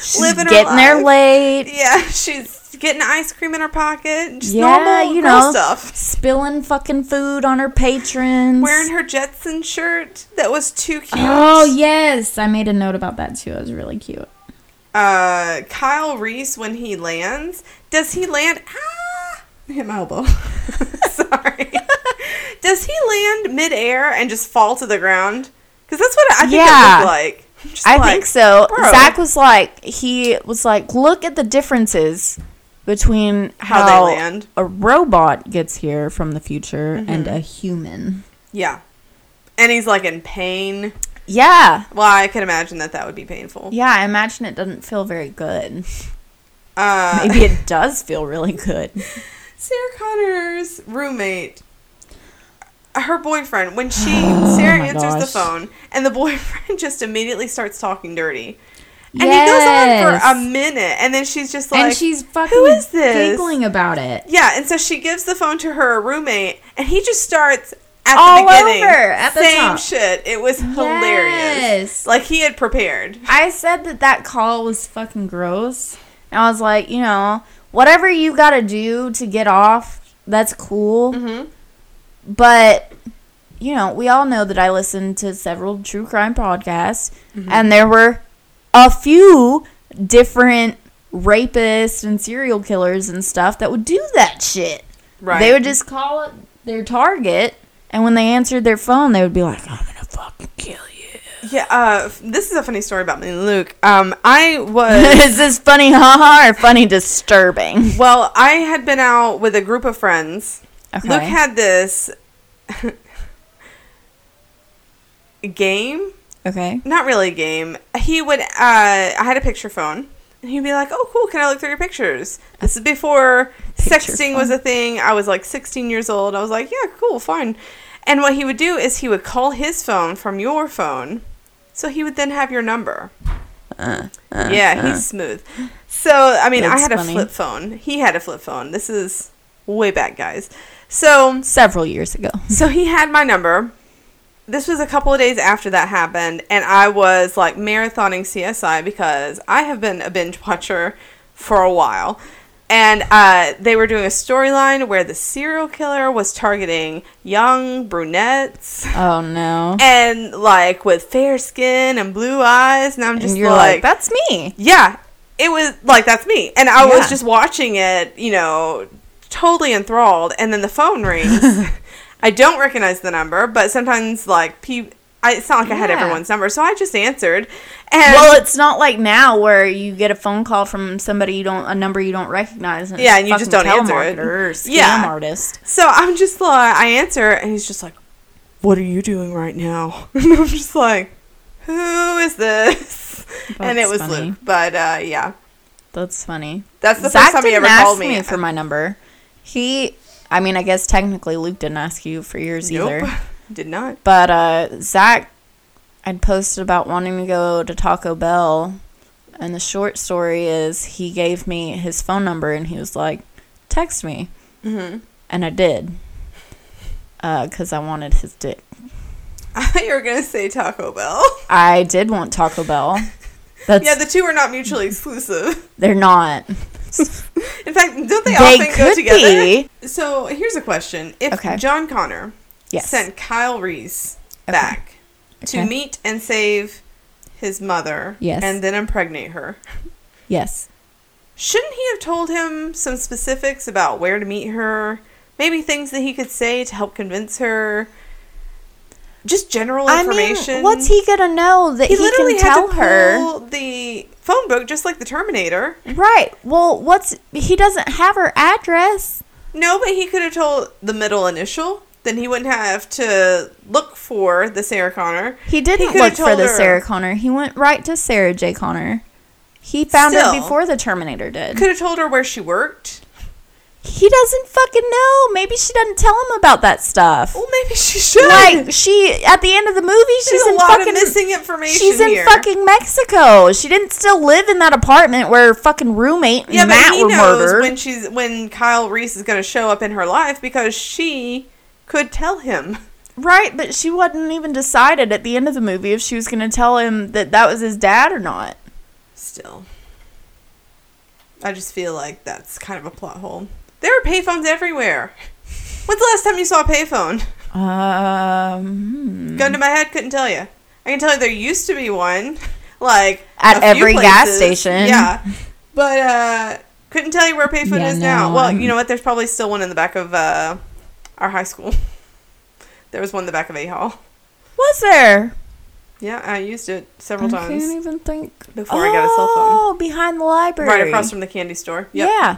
She's
Living her
getting there
life.
late.
yeah, she's getting ice cream in her pocket. and Just
Yeah,
normal
you
girl
know.
stuff.
Spilling fucking food on her patrons.
Wearing her Jetson shirt that was too cute.
Oh, yes. I made a note about that, too. It was really cute.
Uh, Kyle Reese when he lands, does he land? Ah, I hit my elbow. Sorry. does he land midair and just fall to the ground? Because that's what I think
Yeah.
it looked like. Just
I
like,
think so.
bro.
Zach was like, he was like, look at the differences between
How
how,
they land." Mm-hmm.
a robot gets here from the future and a human.
Yeah. And he's like in pain.
Yeah,
Well, I could imagine that that would be painful.
yeah. I imagine it doesn't feel very good.
Uh,
Maybe it does feel really good.
Sarah Connor's roommate, her boyfriend, when she
Oh
Sarah
my
answers the
gosh.
phone, and the boyfriend just immediately starts talking dirty, and he goes on for a
Yes.
minute, and then she's just like,
and she's fucking
"Who is this?"
giggling about it.
yeah, and so she gives the phone to her roommate, and he just starts. At
All
the beginning,
over, at the
same
top.
shit. It was hilarious.
Yes.
Like he had prepared.
I said that that call was fucking gross.
And I was like, you know, whatever you got to do to get off, that's cool. But, you know, we all know that I listened to several true crime podcasts, and there were a few different rapists and serial killers and stuff that would do that shit.
Right.
They would just call it their target, and when they answered their phone, they would be like, I'm going to fucking kill you.
Yeah, uh, f- this is a funny story about me and Luke. Um, I was
Is this funny haha or funny disturbing?
well, I had been out with a group of friends
Okay.
Luke had this game.
okay.
Not really a game. He would. Uh, I had a picture phone, and he'd be like, "Oh, cool! Can I look through your pictures?" This is before
Picture
sexting was a thing. I was like 16 years old. I was like, "Yeah, cool, fine." And what he would do is he would call his phone from your phone, so he would then have your number.
Uh, uh,
yeah,
uh.
he's smooth. So I mean, I
That's
had a
funny.
flip phone. He had a flip phone. This is way back, guys. So
several years ago.
so he had my number. This was a couple of days after that happened, and I was like marathoning CSI because I have been a binge watcher for a while. And uh, they were doing a storyline where the serial killer was targeting young brunettes
Oh no.
and like with fair skin and blue eyes. And I'm just
And you're
like,
like, that's me.
yeah, it was like that's me, and I was
Yeah.
just watching it, you know, totally enthralled. And then the phone rings. I don't recognize the number, but sometimes like pe- I, it's not like I had
Yeah.
everyone's number, so I just answered. And
Well, it's not like now where you get a phone call from somebody you don't a number you don't recognize. And
Yeah,
it's
and you just
fucking
don't answer it.
telemarketer Or scam
Yeah.
artist.
so I'm just like, I answer, and he's just like, "What are you doing right now?" And I'm just like, "Who is this?" and it
That's
was
funny.
Luke, but uh, yeah,
That's funny.
that's the
Zach
first time he ever
didn't ask
called me.
me for my number. He, I mean, I guess technically Luke didn't ask you for yours
nope,
either.
did not.
But uh, Zach, I'd posted about wanting to go to Taco Bell, and the short story is he gave me his phone number and he was like, "Text me,"
hmm
and I did, because I wanted his dick.
I thought you were gonna say Taco Bell.
I did want Taco Bell. That's
Yeah, the two are not mutually exclusive.
they're not.
In fact, don't they,
They
often go
could
together?
be.
So here's a question: If
Okay.
John Connor
Yes.
sent Kyle Reese
Okay.
back to
Okay.
meet and save his mother,
Yes.
and then impregnate her,
Yes.
shouldn't he have told him some specifics about where to meet her? Maybe things that he could say to help convince her. Just general information.
I mean, what's he gonna know that he,
He literally
can
had
tell
to
her?
pull the phone book, just like the Terminator.
Right. Well, what's he doesn't have her address.
No, but he could have told the middle initial. Then he wouldn't have to look for the Sarah Connor.
He didn't
could have
look for
told
the
her-
Sarah Connor. He went right to Sarah J. Connor. He found
Still.
it before the Terminator did.
Could have told her where she worked.
he doesn't fucking know. Maybe she doesn't tell him about that stuff.
Well, maybe she should.
Like she at the end of the movie,
There's
she's
a
in
lot
fucking
of missing information
She's in
here.
fucking Mexico. She didn't still live in that apartment where her fucking roommate and
yeah,
Matt
but he
were
knows
murdered.
when she's when Kyle Reese is going to show up in her life because she could tell him.
Right, but she wasn't even decided at the end of the movie if she was going to tell him that that was his dad or not.
Still, I just feel like that's kind of a plot hole. There are payphones everywhere. When's the last time you saw a payphone?
Um,
Gun to my head, couldn't tell you. I can tell you there used to be one, like
At
a few
every gas station.
Yeah, but uh, couldn't tell you where a payphone
Yeah,
is now.
no,
Well,
I'm-
you know what? There's probably still one in the back of uh, our high school. there was one in the back of A Hall.
was there?
Yeah, I used it several
I can't
times
even think.
before I got a cell phone.
Oh, behind the library.
Right across from the candy store. Yep.
Yeah.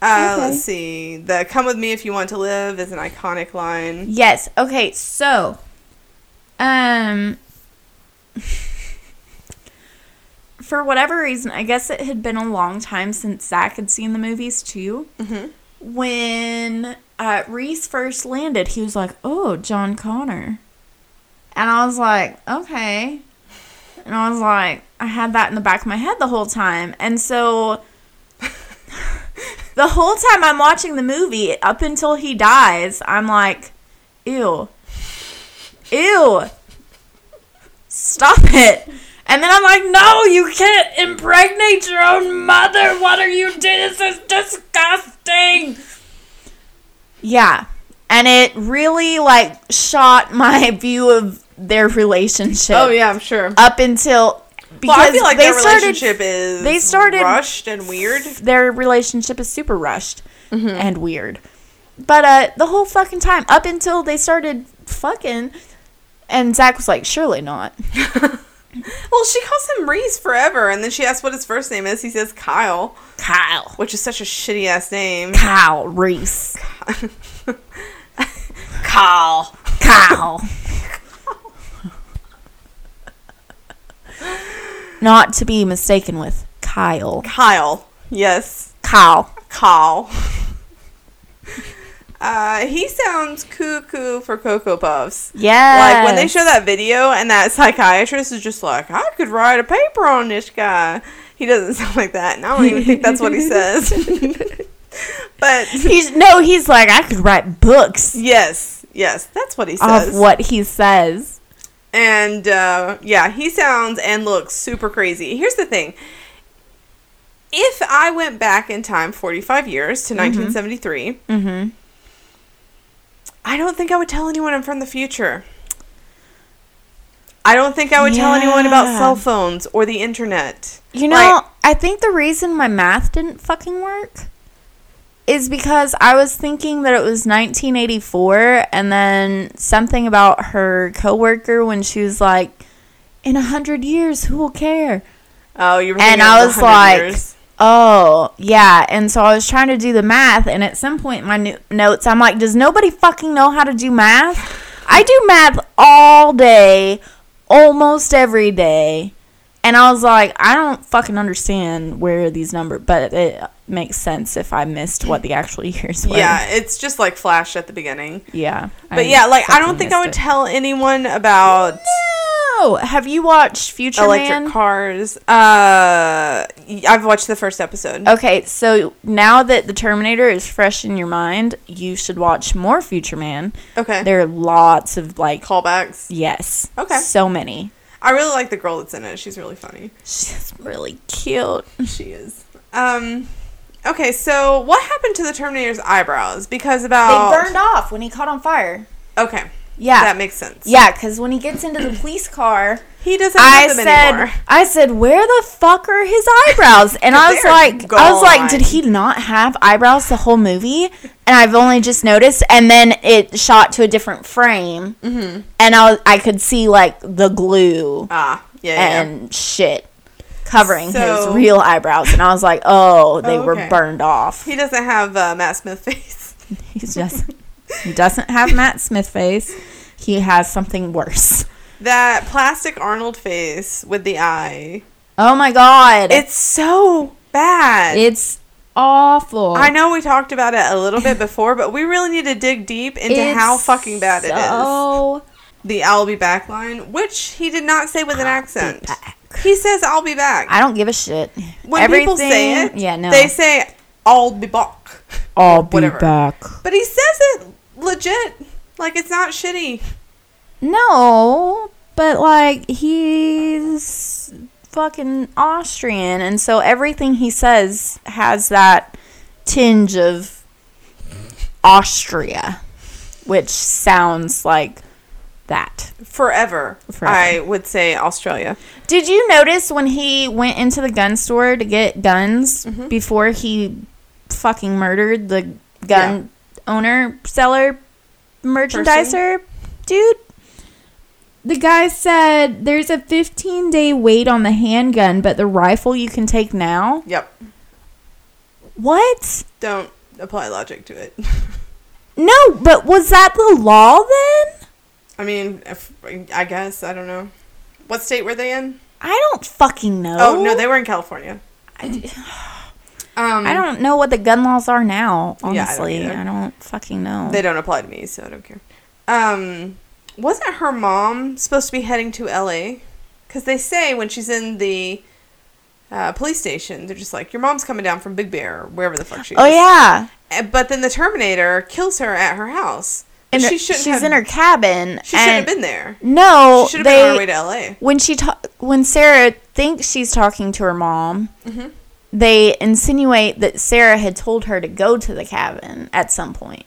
Uh,
okay.
Let's see. The "Come with me if you want to live" is an iconic line.
Yes. Okay, so um for whatever reason, I guess it had been a long time since Zach had seen the movies too.
hmm
when uh, Reese first landed, he was like, "Oh, John Connor," and I was like, "Okay," and I was like, I had that in the back of my head the whole time, and so the whole time I'm watching the movie up until he dies, I'm like, "Ew, ew, stop it." And then I'm like, no, you can't impregnate your own mother. What are you doing? This is disgusting. Yeah. And it really like shot my view of their relationship.
Oh yeah, I'm sure.
Up until because
well, I feel like
they
their
started
relationship is
they started-
rushed and weird.
their relationship is super rushed
Mm-hmm.
and weird. But uh the whole fucking time up until they started fucking and Zach was like, "Surely not."
Well, she calls him Reese forever, and then she asks what his first name is. He says Kyle,
Kyle.
which is such a shitty ass name.
Kyle Reese.
Kyle.
Kyle. Not to be mistaken with Kyle.
Kyle. Yes.
Kyle.
Kyle. Uh, he sounds cuckoo for Cocoa Puffs.
Yeah.
Like when they show that video and that psychiatrist is just like, I could write a paper on this guy. He doesn't sound like that, and I don't even think that's what he says. but
He's no, he's like I could write books
yes, yes, that's what he
off
says.
what he says.
And uh, yeah, he sounds and looks super crazy. Here's the thing if I went back in time 45 years to 1973,
Mm-hmm.
I don't think I would tell anyone I'm from the future. I don't think I would tell anyone about
Yeah.
cell phones or the internet.
You know,
Like-
I think the reason my math didn't fucking work is because I was thinking that it was 1984 and then something about her coworker when she was like in a hundred years who will care?
Oh, you were
And
thinking
I
it
was
100
like,
years.
Oh, yeah. And so I was trying to do the math, and at some point in my no- notes, I'm like, does nobody fucking know how to do math? I do math all day, almost every day. And I was like, I don't fucking understand where these numbers, but it makes sense if I missed what the actual years were.
yeah, it's just like flash at the beginning.
Yeah.
But yeah, like I don't
fucking
think I would
missed it.
tell anyone about
No. Have you watched Future
electric
Man?
cars. Uh, y- I've watched the first episode.
Okay, so now that the Terminator is fresh in your mind, you should watch more Future Man.
Okay.
There are lots of like
Callbacks.
yes.
Okay.
So many.
I really like the girl that's in it. She's really funny.
She's really cute.
She is. Um, okay, so what happened to the Terminator's eyebrows? Because about
They burned off when he caught on fire.
Okay,
Oh. Yeah.
that makes sense.
yeah, because when he gets into the police car,
he doesn't.
I
have them
said,
anymore.
I said, where the fuck are his eyebrows? And I was
They're
like, I was like, did
gone.
he not have eyebrows the whole movie? And I've only just noticed. And then it shot to a different frame,
Mm-hmm.
and I was, I could see like the glue
Ah, yeah, yeah. yeah.
and shit covering
So-
his real eyebrows, and I was like, oh, they
Oh, okay.
were burned off.
He doesn't have uh, Matt Smith face.
He's just he doesn't have Matt Smith face. He has something worse.
That plastic Arnold face with the eye.
Oh my god!
It's so bad.
It's awful.
I know we talked about it a little bit before, but we really need to dig deep into
It's
how fucking bad it is.
so
The I'll be back line, which he did not say with an accent. He says I'll be back.
I don't give a shit.
when people say it,
Everything- yeah, no.
they say I'll be back.
I'll be
Whatever.
back.
But he says it legit. Like it's not shitty.
No, but like he's fucking Austrian, and so everything he says has that tinge of Austria, which sounds like that.
Forever,
Forever.
I would say Australia.
Did you notice when he went into the gun store to get guns
Mm-hmm.
before he fucking murdered the gun owner, seller, merchandiser dude?
The guy said there's a 15 day wait on the handgun, but the rifle you can take now.
Yep.
What?
Don't apply logic to it.
No, but was that the law then?
I mean, if, I guess I don't know. What state were they in?
I don't fucking know.
Oh, no, they were in California. um,
I don't know what the gun laws are now,
Yeah, I don't
honestly.
either.
I, don't fucking know.
They don't apply to me, so I don't care. Um, wasn't her mom supposed to be heading to L.A.? Because they say when she's in the uh, police station, they're just like, "Your mom's coming down from Big Bear, or wherever the fuck she is."
oh, yeah.
Uh, But then the Terminator kills her at her house,
And
she shouldn't.
she's
have,
in her cabin.
She shouldn't have
and-
been there.
No,
She should have
they
been on her way to L.A.
when she ta- when Sarah thinks she's talking to her mom,
Mhm.
they insinuate that Sarah had told her to go to the cabin at some point.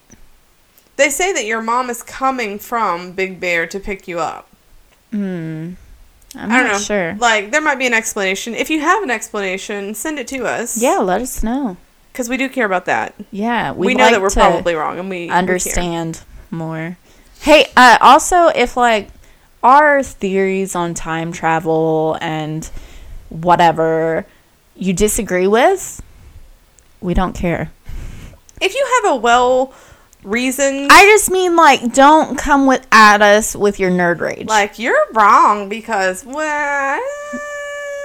They say that your mom is coming from Big Bear to pick you up.
Hmm. I'm
I don't
not
know.
sure.
Like there might be an explanation. If you have an explanation, send it to us.
Yeah, let us know.
because we do care about that.
Yeah,
we
we'd
know
like
that we're
to
probably wrong, and we we care.
understand more. Hey, uh, also if like our theories on time travel and whatever you disagree with, we don't care.
If you have a well reasoned,
I just mean like don't come with at us with your nerd rage.
like you're wrong because well,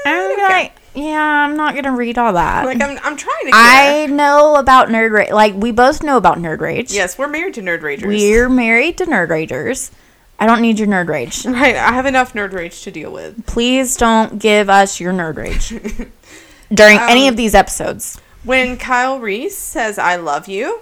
I'm like, yeah, I'm not gonna read all that.
like I'm, I'm trying to. Care.
I know about nerd rage. Like we both know about nerd rage.
yes, we're married to nerd ragers.
we're married to nerd ragers. I don't need your nerd rage.
Right, I have enough nerd rage to deal with.
Please don't give us your nerd rage during
Um,
any of these episodes.
When Kyle Reese says "I love you,"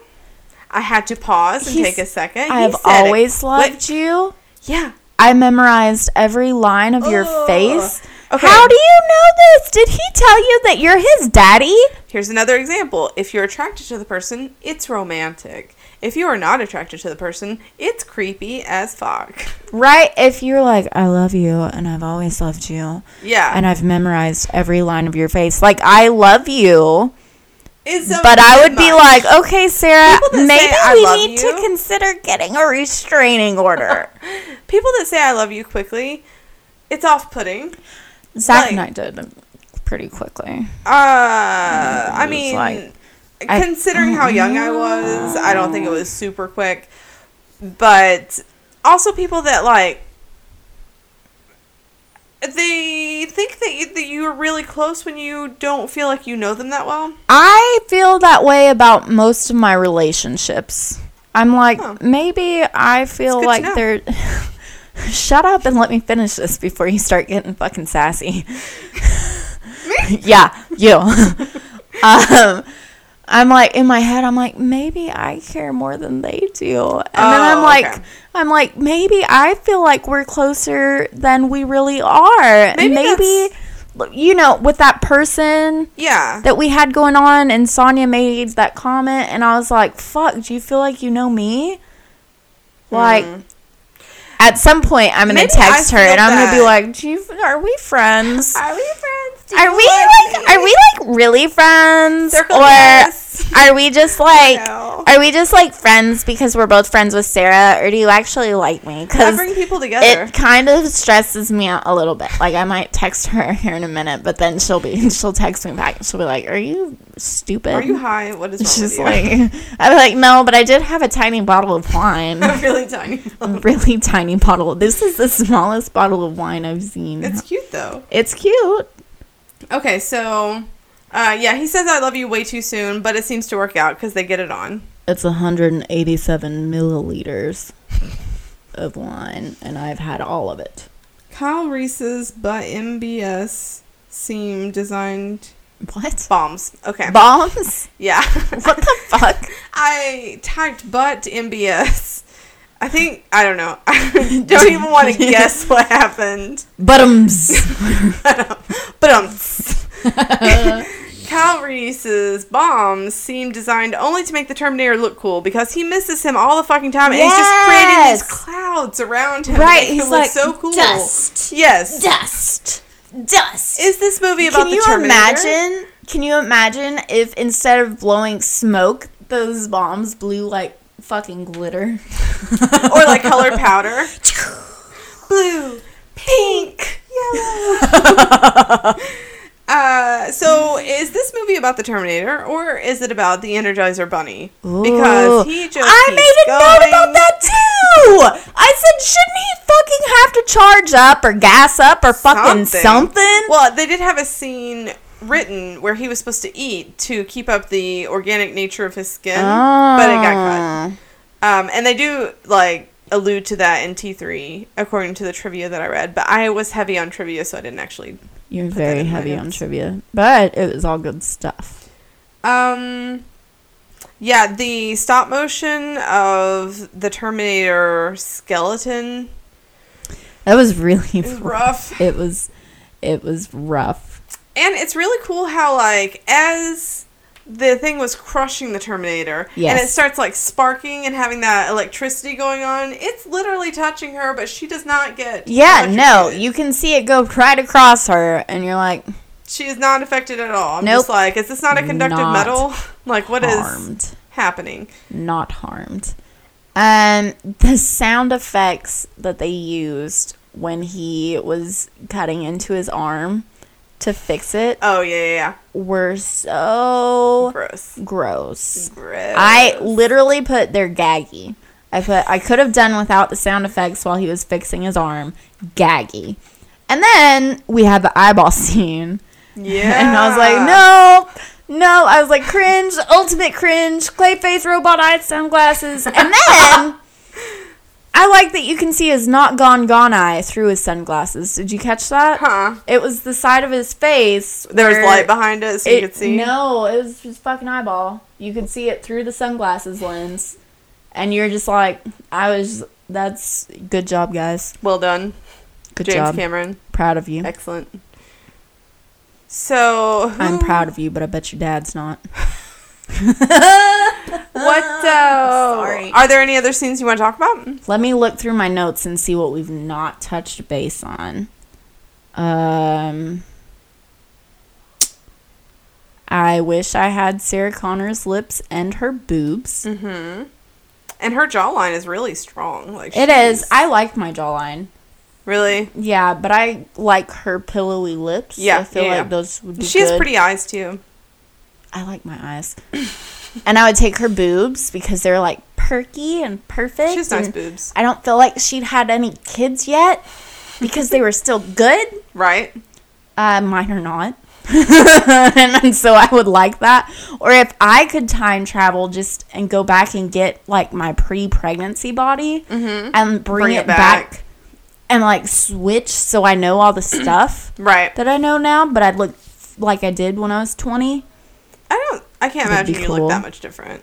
I had to pause and
He's-
take a second.
I
He
have
said it.
always
What-
loved you.
Yeah,
I memorized every line of your
Ugh.
face.
Oh, Okay.
How do you know this? Did he tell you that you're his daddy?
Here's another example. If you're attracted to the person, it's romantic. If you are not attracted to the person, it's creepy as fuck.
Right? If you're like, I love you and I've always loved you
Yeah.
and I've memorized every line of your face. Like, I love you.
It's a
But I would be
bit
like,
much.
okay, Sarah,
People that
maybe
say, "I love
we need to
you."
consider getting a restraining order.
people that say I love you quickly, it's off putting.
Zach
Like-
and I did it pretty quickly.
Uh, I
It was
mean,
like- I-
considering how young I was, I don't think it was super quick. But also, people that like they think that you, that you are really close when you don't feel like you know them that well.
I feel that way about most of my relationships. I'm like,
Huh.
maybe I feel
good to
like
know.
they're. Shut up and let me finish this before you start getting fucking sassy. yeah, you. um, I'm like in my head. I'm like maybe I care more than they do, and then I'm
Oh,
like,
okay.
I'm like maybe I feel like we're closer than we really are.
Maybe
Maybe, maybe you know, with that person,
Yeah,
that we had going on and Sonia made that comment and I was like, "Fuck, do you feel like you know me?" Like at some point I'm going to
Hmm. Maybe
text
I
her and
feel
I'm going to be
that.
like, do you, "Are we friends?"
are we friends? Do
Are
you
we
love
like
me?
are we like really friends
Circle
or
yes.
are we just like
No.
are we just like friends because we're both friends with Sarah or do you actually like me
I
cuz
bring people together.
it kind of stresses me out a little bit. Like I might text her here in a minute, but then she'll be she'll text me back. She'll be like, "Are you stupid?"
Are you high? What is wrong with
She's
you?
like, "I'm like, no, but I did have a tiny bottle of wine,
I'm really tiny.
a really tiny bottle. This is the smallest bottle of wine I've seen.
It's
It's,
cute though.
cute.
Okay, so uh, yeah, he says I love you way too soon, but it seems to work out because they get it on.
It's 187 milliliters of wine, and I've had all of it.
Kyle Reese's but MBS seem designed
What
bombs. Okay.
bombs?
yeah.
What the fuck?
I typed but MBS. I think I don't know. I don't even want to guess what happened.
Bottoms.
But um Kyle Reese's bombs seem designed only to make the Terminator look cool because he misses him all the fucking time and he's
Yes.
just creating these clouds around him. to
Right,
make him
he's
look
like,
so cool.
"Dust."
Yes.
Dust. Dust.
Is this movie about
can
the
you
Terminator?
imagine can you imagine if instead of blowing smoke those bombs blew like fucking glitter
or like colored powder? Blue, pink, yellow. uh, so is this movie about the Terminator or is it about the Energizer Bunny? Because
Ooh.
he just
i
keeps
made a note about
going.
that too i said shouldn't he fucking have to charge up or gas up or fucking something,
Well, they did have a scene written where he was supposed to eat to keep up the organic nature of his skin, but it got
Oh.
cut. Um, and they do like allude to that in T three, according to the trivia that I read. But I was heavy on trivia, so I didn't actually.
you're
that
very
in my
heavy on
notes.
trivia but it was all good stuff
Um, yeah, the stop motion of the Terminator skeleton
that was really
is rough.
it was it was rough
And it's really cool how like as the thing was crushing the Terminator, and it
Yes.
starts like sparking and having that electricity going on. It's literally touching her, but she does not get.
Yeah, no,
electrocuted.
you can see it go right across her, and you're like
She is not affected at all. I'm
Nope.
just like, is this not a conductive
Not
metal? Like, what is
harmed,
happening?
not harmed. Um, the sound effects that they used when he was cutting into his arm to fix it
Oh yeah, yeah,
were
yeah.
so
Gross.
gross.
Gross.
I literally put they're gaggy. I put I could have done without the sound effects while he was fixing his arm. Gaggy. And then we had the eyeball scene.
yeah.
And I was like, no, no. I was like, cringe, ultimate cringe, clayface, robot eyes, sunglasses. And then I like that you can see his not gone, gone eye through his sunglasses. Did you catch that?
Huh.
It was the side of his face.
There was
where
light behind it, so you
it-
could see.
No, it was his fucking eyeball. You could see it through the sunglasses lens. And you're just like, I was, that's good job, guys.
Well done,
Good
James
job.
Cameron.
Proud of you.
Excellent. So who-
I'm proud of you, but I bet your dad's not.
What? Uh,
sorry.
Are there any other scenes you want to talk about?
Let me look through my notes and see what we've not touched base on. Um, I wish I had Sarah Connor's lips and her boobs.
Mm-hmm. And her jawline is really strong. Like
It
she's-
is. I like my jawline.
really.
Yeah, but I like her pillowy lips.
Yeah,
I feel
yeah, yeah.
like those would be
She has
good.
pretty eyes too.
I like my eyes. and I would take her boobs because they're like perky and perfect.
She has nice
and
boobs,
I don't feel like she'd had any kids yet because they were still good.
right?
Uh, mine are not. and, and so I would like that. Or if I could time travel just and go back and get like my pre pregnancy body and Mm-hmm. bring, it, back. and like switch so I know all the stuff
right?
that I know now, but I'd look f- like I did when I was 20.
I don't. I can't
That'd be
imagine you look
cool.
that much different.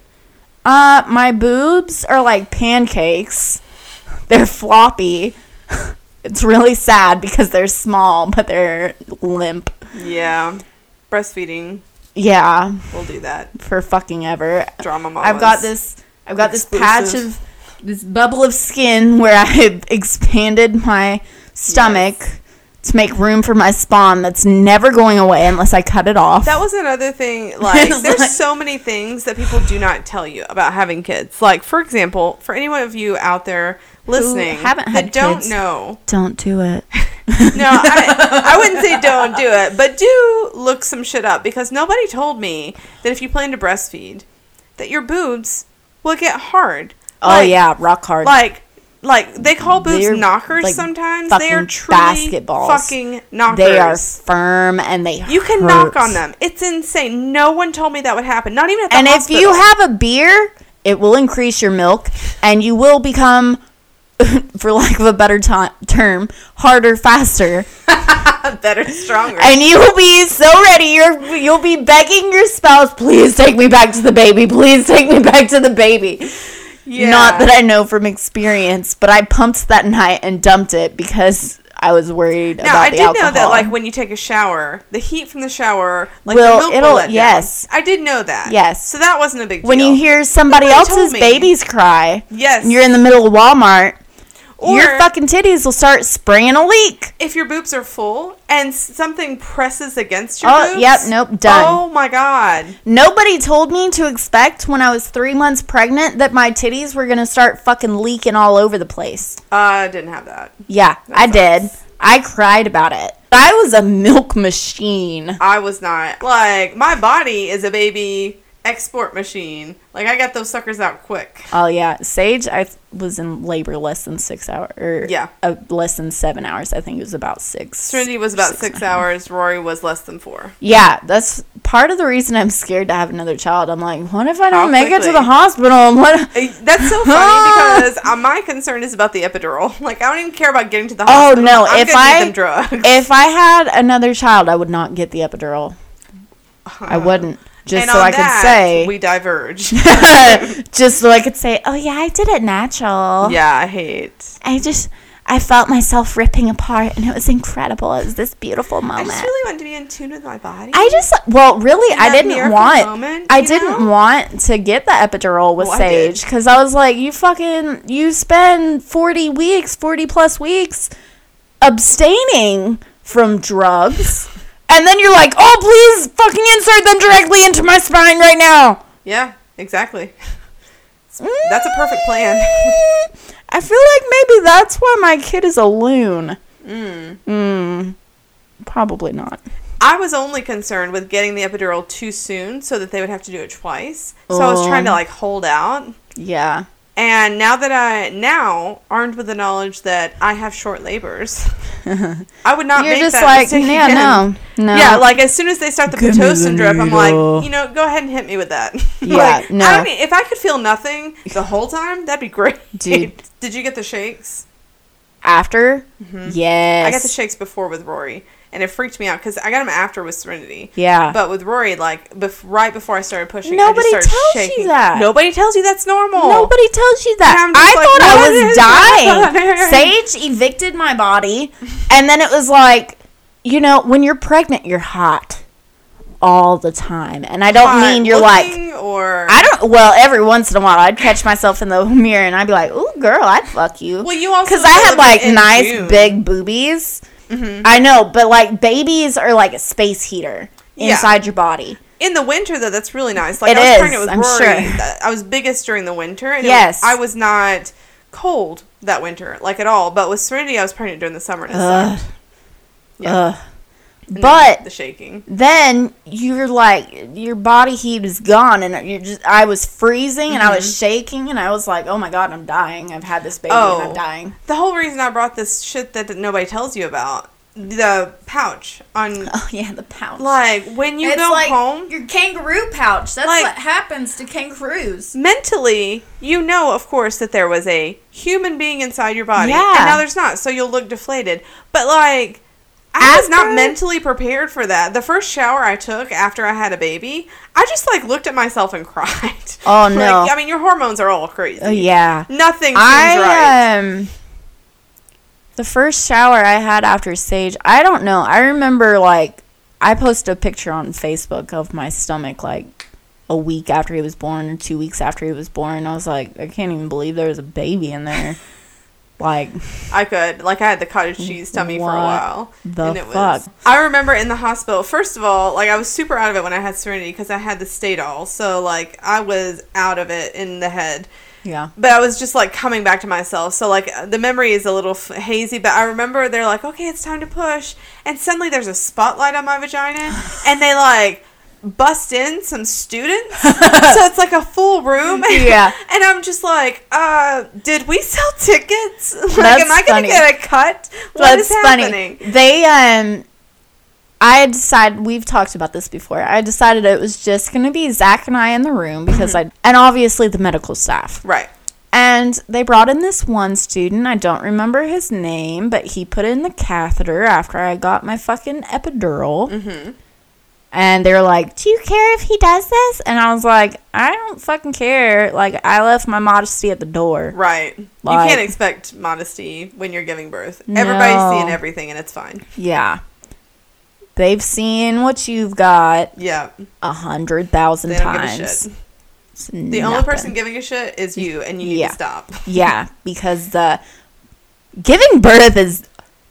Uh, my boobs are like pancakes, they're floppy. It's really sad because they're small, but they're limp.
Yeah, breastfeeding
Yeah,
will do that.
for fucking ever.
Drama mom.
I've got this. I've got this patch
Exclusive.
of this bubble of skin where I have expanded my stomach to make room for my spawn. That's never going away unless I cut it off.
That was another thing. Like,
It's
there's
like-
so many things that people do not tell you about having kids. Like, for example, for any one of you out there listening
haven't
that
had
don't
kids.
know,
Don't do it.
No, I, I wouldn't say don't do it, but do look some shit up because nobody told me that if you plan to breastfeed, that your boobs will get hard.
oh
Like-
yeah, rock hard.
like like they call boobs
They're,
knockers
like,
sometimes. They are
fucking
truly
basketballs.
fucking knockers.
they are firm and they
you can
hurt.
knock on them. It's insane. No one told me that would happen. Not even at the
And if you
hospital.
have a beer, it will increase your milk, and you will become, for lack of a better ti term, harder faster.
better stronger.
and you will be so ready. You're you'll be begging your spouse, please take me back to the baby. Please take me back to the baby.
Yeah.
Not that I know from experience, but I pumped that night and dumped it because I was worried
Now
about
I
the
did
alcohol.
know that, like when you take a shower, the heat from the shower, like
Will-
the milk
it'll-
will let down.
yes.
I did know that.
Yes.
so that wasn't a big deal.
when you hear somebody
Nobody told
else's
me.
babies cry,
yes,
and you're in the middle of Walmart,
or
your fucking titties will start spraying a leak.
if your boobs are full and s- something presses against your
Oh,
boobs.
yep, nope, done.
Oh my god.
Nobody told me to expect when I was three months pregnant that my titties were gonna start fucking leaking all over the place.
I didn't have that.
Yeah, I did.
sucks.
I cried about it. I was a milk machine.
I was not like my body is a baby export machine. Like I got those suckers out quick.
Oh yeah, Sage. I th- was in labor less than six hours. Or
Yeah.
uh, less than seven hours. I think it was about six.
Trinity was about six,
and a half.
hours. Rory was less than four.
Yeah, that's part of the reason I'm scared to have another child. I'm like, what if I
How
don't make it to
quickly?
the hospital? And what?
Eh, That's so funny because uh, my concern is about the epidural. Like I don't even care about getting to the
Oh
hospital.
no!
I'm
if
gonna
I
need them drugs.
if I had another child, I would not get the epidural. I wouldn't. Just
And
so
on
I could
that,
say.
we diverge.
just so I could say, oh yeah, I did it natural.
yeah, I hate.
I just I felt myself ripping apart and it was incredible. It was this beautiful
I
moment.
just really wanted to be in tune with my body.
I just well, really, I
that
didn't
miracle
want.
moment,
I
you
didn't
know?
want to get the epidural with
Well, I did.
Sage because I was like, you fucking, you spend forty weeks, forty plus weeks, abstaining from drugs, and then you're like, oh please, fucking insert them directly into my spine right now.
Yeah, exactly. That's a perfect plan.
I feel like maybe that's why my kid is a loon.
Mm.
Mm, probably not.
I was only concerned with getting the epidural too soon so that they would have to do it twice. So I was
Oh.
trying to like hold out.
Yeah.
And now that I now armed with the knowledge that I have short labors, I would not
You're
make
just
that
like,
mistake
yeah,
again."
no, no.
Yeah, like as soon as they start the
Give me the
pitocin drip, I'm
needle.
like, you know, go ahead and hit me with that.
Yeah,
Like,
no.
I don't, e- if I could feel nothing the whole time, that'd be great.
Dude.
did you get the shakes?
after. Yes.
mm-hmm. I got the shakes before with Rory, and it freaked me out because I got them after with Serenity.
Yeah.
But with Rory, like bef- right before I started pushing,
Nobody
I just started
tells you
shaking.
that.
Nobody tells you that's normal.
Nobody tells you that.
And I'm
I
just like,
thought
"What is
I
happening?"
was dying. Sage evicted my body, and then it was like, you know, when you're pregnant, you're hot all the time, and I don't
Not
mean you're like.
looking or
I don't. Well, every once in a while, I'd catch myself in the mirror and I'd be like, "Ooh, girl, I'd fuck you."
Well, you also
because I had
delivered
like
in
nice
June. Mm-hmm.
big boobies. I know, but like babies are like a space heater
Yeah.
inside your body.
in the winter though. That's really nice. Like
It
I was
is,
pregnant with
I'm
Rory.
sure.
th- I was biggest during the winter. And it
Yes.
was, I was not cold that winter, like at all. But with Serenity, I was pregnant during the summer. And it
Ugh.
sucked. Yeah.
Ugh.
And
But
the shaking.
then you're like your body heat is gone and you're just i was freezing and i
Mm-hmm.
was shaking and i was like oh my god i'm dying i've had this baby and
Oh.
i'm dying
The whole reason I brought this shit that nobody tells you about the pouch on
oh yeah the pouch
like when you go home
your kangaroo pouch. That's
Like-
what happens to kangaroos.
mentally, you know, of course, that there was a human being inside your body,
Yeah.
and now there's not, so you'll look deflated. But like, I was not
After-
mentally prepared for that. The first shower I took after I had a baby, I just like looked at myself and cried.
Oh,
Like,
no.
I mean, your hormones are all crazy.
oh yeah
nothing seems right.
i um the first shower i had after sage i don't know i remember like i posted a picture on facebook of my stomach like a week after he was born or two weeks after he was born i was like i can't even believe there was a baby in there like
I could. Like I had the cottage cheese tummy for a
What
while.
the
was
fuck?
I remember in the hospital, first of all, like I was super out of it when I had Serenity because I had the state all. So like I was out of it in the head.
yeah
But I was just like coming back to myself. So like uh, the memory is a little f- hazy, but I remember they're like, "Okay, it's time to push." And suddenly there's a spotlight on my vagina and they like bust in some students. so it's like a full room.
Yeah.
and I'm just like, "Uh, did we sell tickets? Like
That's
am I going
funny.
to get a cut? What is
That's funny.
happening?"
They um I had decided we've talked about this before. I decided it was just gonna be Zach and I in the room because
Mm-hmm.
I and obviously the medical staff.
Right.
And they brought in this one student, I don't remember his name, but he put in the catheter after I got my fucking epidural.
Mm-hmm.
And they were like, Do you care if he does this? And I was like, I don't fucking care. Like, I left my modesty at the door.
Right. you
Like-
can't expect modesty when you're giving birth. Everybody's
No.
seeing everything and it's fine.
Yeah. They've seen what you've got.
Yeah.
a hundred thousand
They don't give a
times.
shit. The only person giving a shit is you and you need
Yeah.
to stop.
yeah, because the giving birth is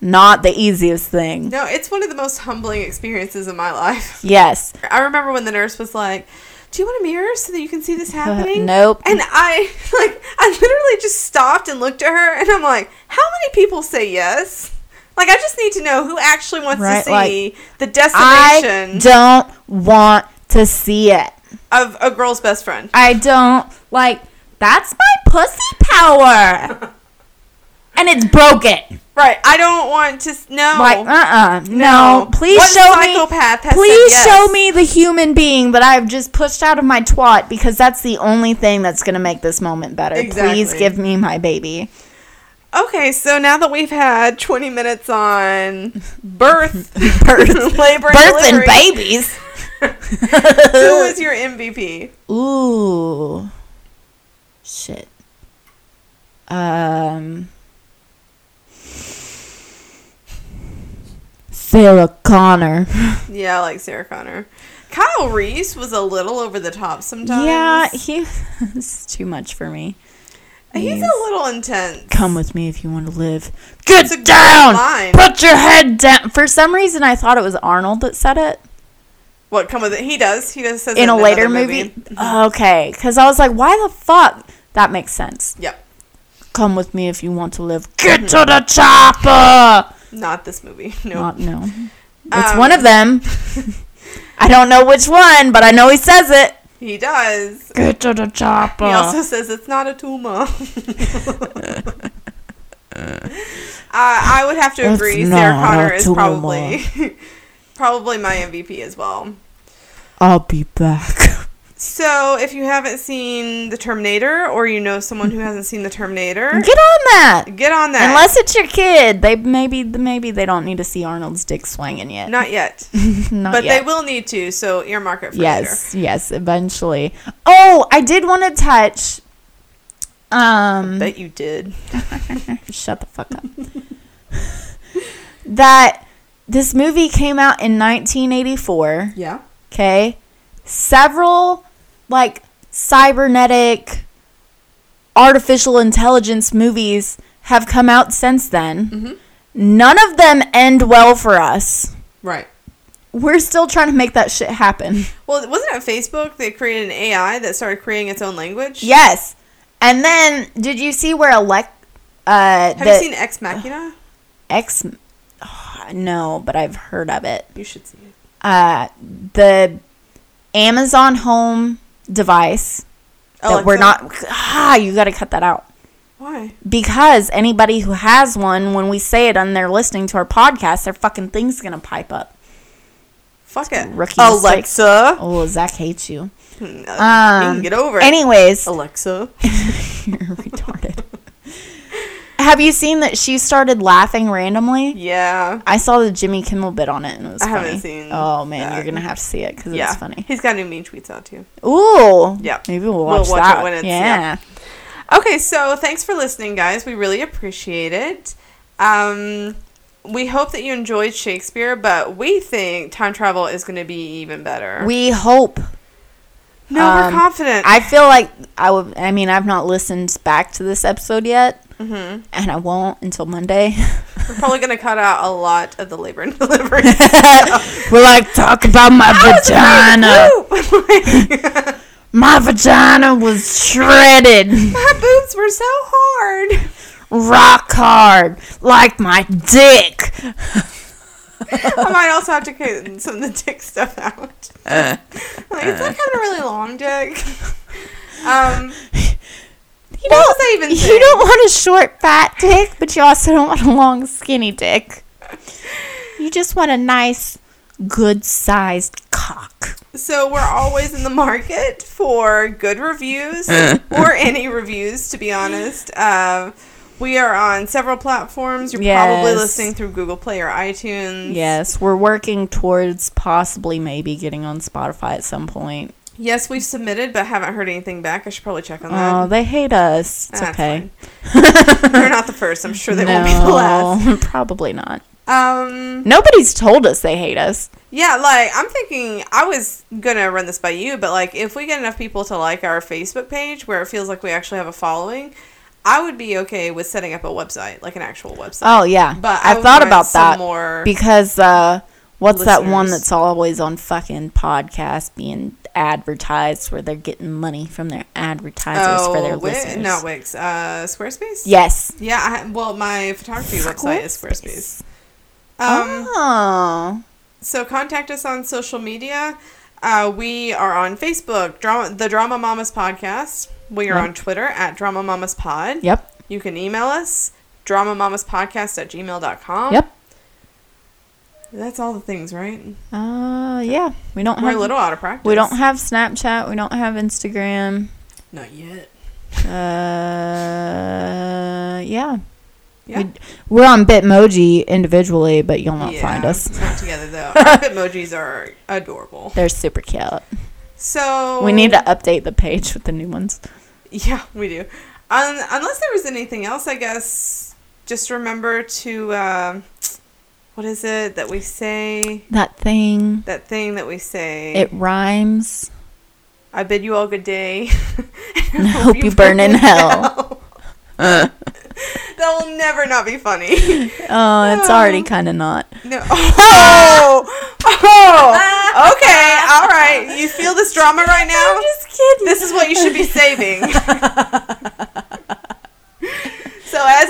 not the easiest thing.
No, it's one of the most humbling experiences in my life.
Yes,
I remember when the nurse was like, "Do you want a mirror so that you can see this happening?"
Uh, nope.
And I like I literally just stopped and looked at her and I'm like, "How many people say yes?" Like I just need to know who actually wants
Right,
to see the
I
decimation
don't want to see it.
of a girl's best friend.
I don't like. That's my pussy power, and it's broken.
Right. I don't want to s- no.
Like, uh, uh no.
No.
Please
What
show
psychopath
me.
has said
please
yes?
show me the human being that I've just pushed out of my twat because that's the only thing that's gonna make this moment better. Please
Exactly.
give me my baby.
Okay, so now that we've had 20 minutes on birth,
Birth.
labor,
Birth and
delivery,
babies.
who is your MVP?
Ooh. Shit. Um. Sarah Connor.
Yeah, I like Sarah Connor. Kyle Reese was a little over the top sometimes.
Yeah, he. this is too much for me.
he's a little intense.
Come with me if you want to live.
It's a great
Get down!
line.
Put your head down! For some reason, I thought it was Arnold that said it
What come with it? He does. He does says it
in a
another
later movie. Okay, because I was like, why the fuck? That makes sense.
Yep.
Come with me if you want to live. Get to the chopper.
Not this movie. No.
Not no.
It's
Um,
one of them.
I don't know which one, but I know he says it.
He does.
Get to the chopper.
He also says it's not a tumor. uh, I would have to
It's
agree. Sarah
not a
Connor is
tumor.
probably probably my MVP as well.
I'll be back.
So, if you haven't seen The Terminator, or you know someone who hasn't seen The Terminator,
Get on that.
get on that.
Unless it's your kid, they maybe maybe they don't need to see Arnold's dick swinging yet.
not yet,
Not
but
yet.
they will need to. So earmark it for
yes, yes, eventually. Oh, I did want to touch.
later.
Um, Mm-hmm.
Bet you did.
shut the fuck up. that this movie came out in 1984.
Yeah.
Okay, several like cybernetic artificial intelligence movies have come out since then.
Mhm.
None of them end well for us.
Right.
We're still trying to make that shit happen.
Well, wasn't it Facebook that created an AI that started creating its own language?
Yes. And then, did you see where elect? Uh,
Have
the
you seen Ex Machina?
X? no, but I've heard of it.
You should see it.
Uh, the Amazon Home device
Oh,
that we're
Alexa?
not. Ah, you got to cut that out.
Why?
Because anybody who has one, when we say it and they're listening to our podcast, their fucking thing's gonna pipe up.
Fuck it.
Rookie
Alexa.
Oh, Zach hates you.
Mm, uh, you
Um,
can get over it.
Anyways,
Alexa.
You're retarded. Have you seen that she started laughing randomly?
Yeah.
I saw the Jimmy Kimmel bit on it and it was
I
funny.
haven't seen
Oh man,
that.
you're gonna have to see it because
yeah.
it's funny.
He's got new mean tweets out too.
Ooh.
Yeah.
Maybe we'll
We'll
watch,
watch
that.
it when it's-
yeah.
Okay, so thanks for listening, guys. We really appreciate it. Um, we hope that you enjoyed Shakespeare, but we think time travel is going to be even better.
We hope.
no,
um,
we're confident.
I feel like I would. I mean, I've not listened back to this episode yet,
Mm-hmm.
and I won't until Monday.
we're probably going to cut out a lot of the labor and delivery.
We're like talk about my vagina. My vagina was shredded,
My boobs were so hard.
rock hard, like my dick.
I might also have to cut some of the dick stuff out.
Uh,
like, it's like having a really long dick. Um,
You
What
don't,
was I even
You
saying?
don't want a short, fat dick, but you also don't want a long, skinny dick. You just want a nice, good sized cock.
So we're always in the market for good reviews or any reviews, to be honest. Uh, we are on several platforms. You're probably
Yes.
listening through Google Play or iTunes.
Yes, we're working towards possibly maybe getting on Spotify at some point.
Yes, we've submitted, but haven't heard anything back. I should probably check on that.
Oh, they hate us. It's
That's
okay.
fine. They're not the first. I'm sure they won't be the last.
No, probably not.
Um,
Nobody's told us they hate us.
yeah, like I'm thinking, I was gonna run this by you, but like if we get enough people to like our Facebook page, where it feels like we actually have a following, I would be okay with setting up a website, like an actual website.
Oh yeah,
But I
I
would
thought
want
about
some
that
more
because uh, what's that one
listeners.
that's always on fucking podcasts being advertised where they're getting money from their advertisers for their
Wi-
listeners?
Not Oh, Wix. Uh, Squarespace?
Yes.
Yeah. I, well, my photography website is Squarespace. Um,
oh,
So contact us on social media. Uh, we are on Facebook, Drama, the Drama Mamas Podcast. We are
Yep.
on Twitter at Drama Mamas Pod.
yep,
You can email us, dramamamaspodcast at gmail.com.
yep.
That's all the things, right?
Uh, yeah. We don't
We're
have
a little out of practice.
we don't have Snapchat. We don't have Instagram.
Not yet.
Uh, yeah.
Yeah.
We, we're on Bitmoji individually, but you'll not
Yeah,
find us.
Not together, though. Our emojis are adorable.
They're super cute.
So.
We need to update the page with the new ones.
Yeah, we do. Um, unless there was anything else, I guess just remember to um what is it that we say?
That thing.
That thing that we say.
It rhymes.
I bid you all good day.
And I hope you burn in hell.
that will never not be funny.
Oh, it's already kind of not.
No. Oh! Oh! Okay. All right. You feel this drama right now?
just kidding.
This is what you should be saving.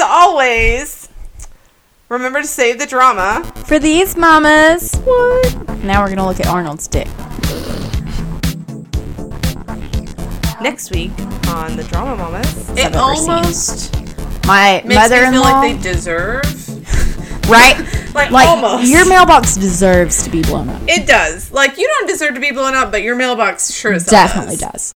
always, remember to save the drama.
For these mamas. What?
Now we're gonna look at Arnold's dick.
Next week on the Drama Mamas.
I've
It
ever seen.
almost
My
makes me feel
mother-in-law,
like they deserve.
right?
Like,
Like
almost.
your mailbox deserves to be blown up.
it does. Like you don't deserve to be blown up, but your mailbox sure as hell
Definitely does.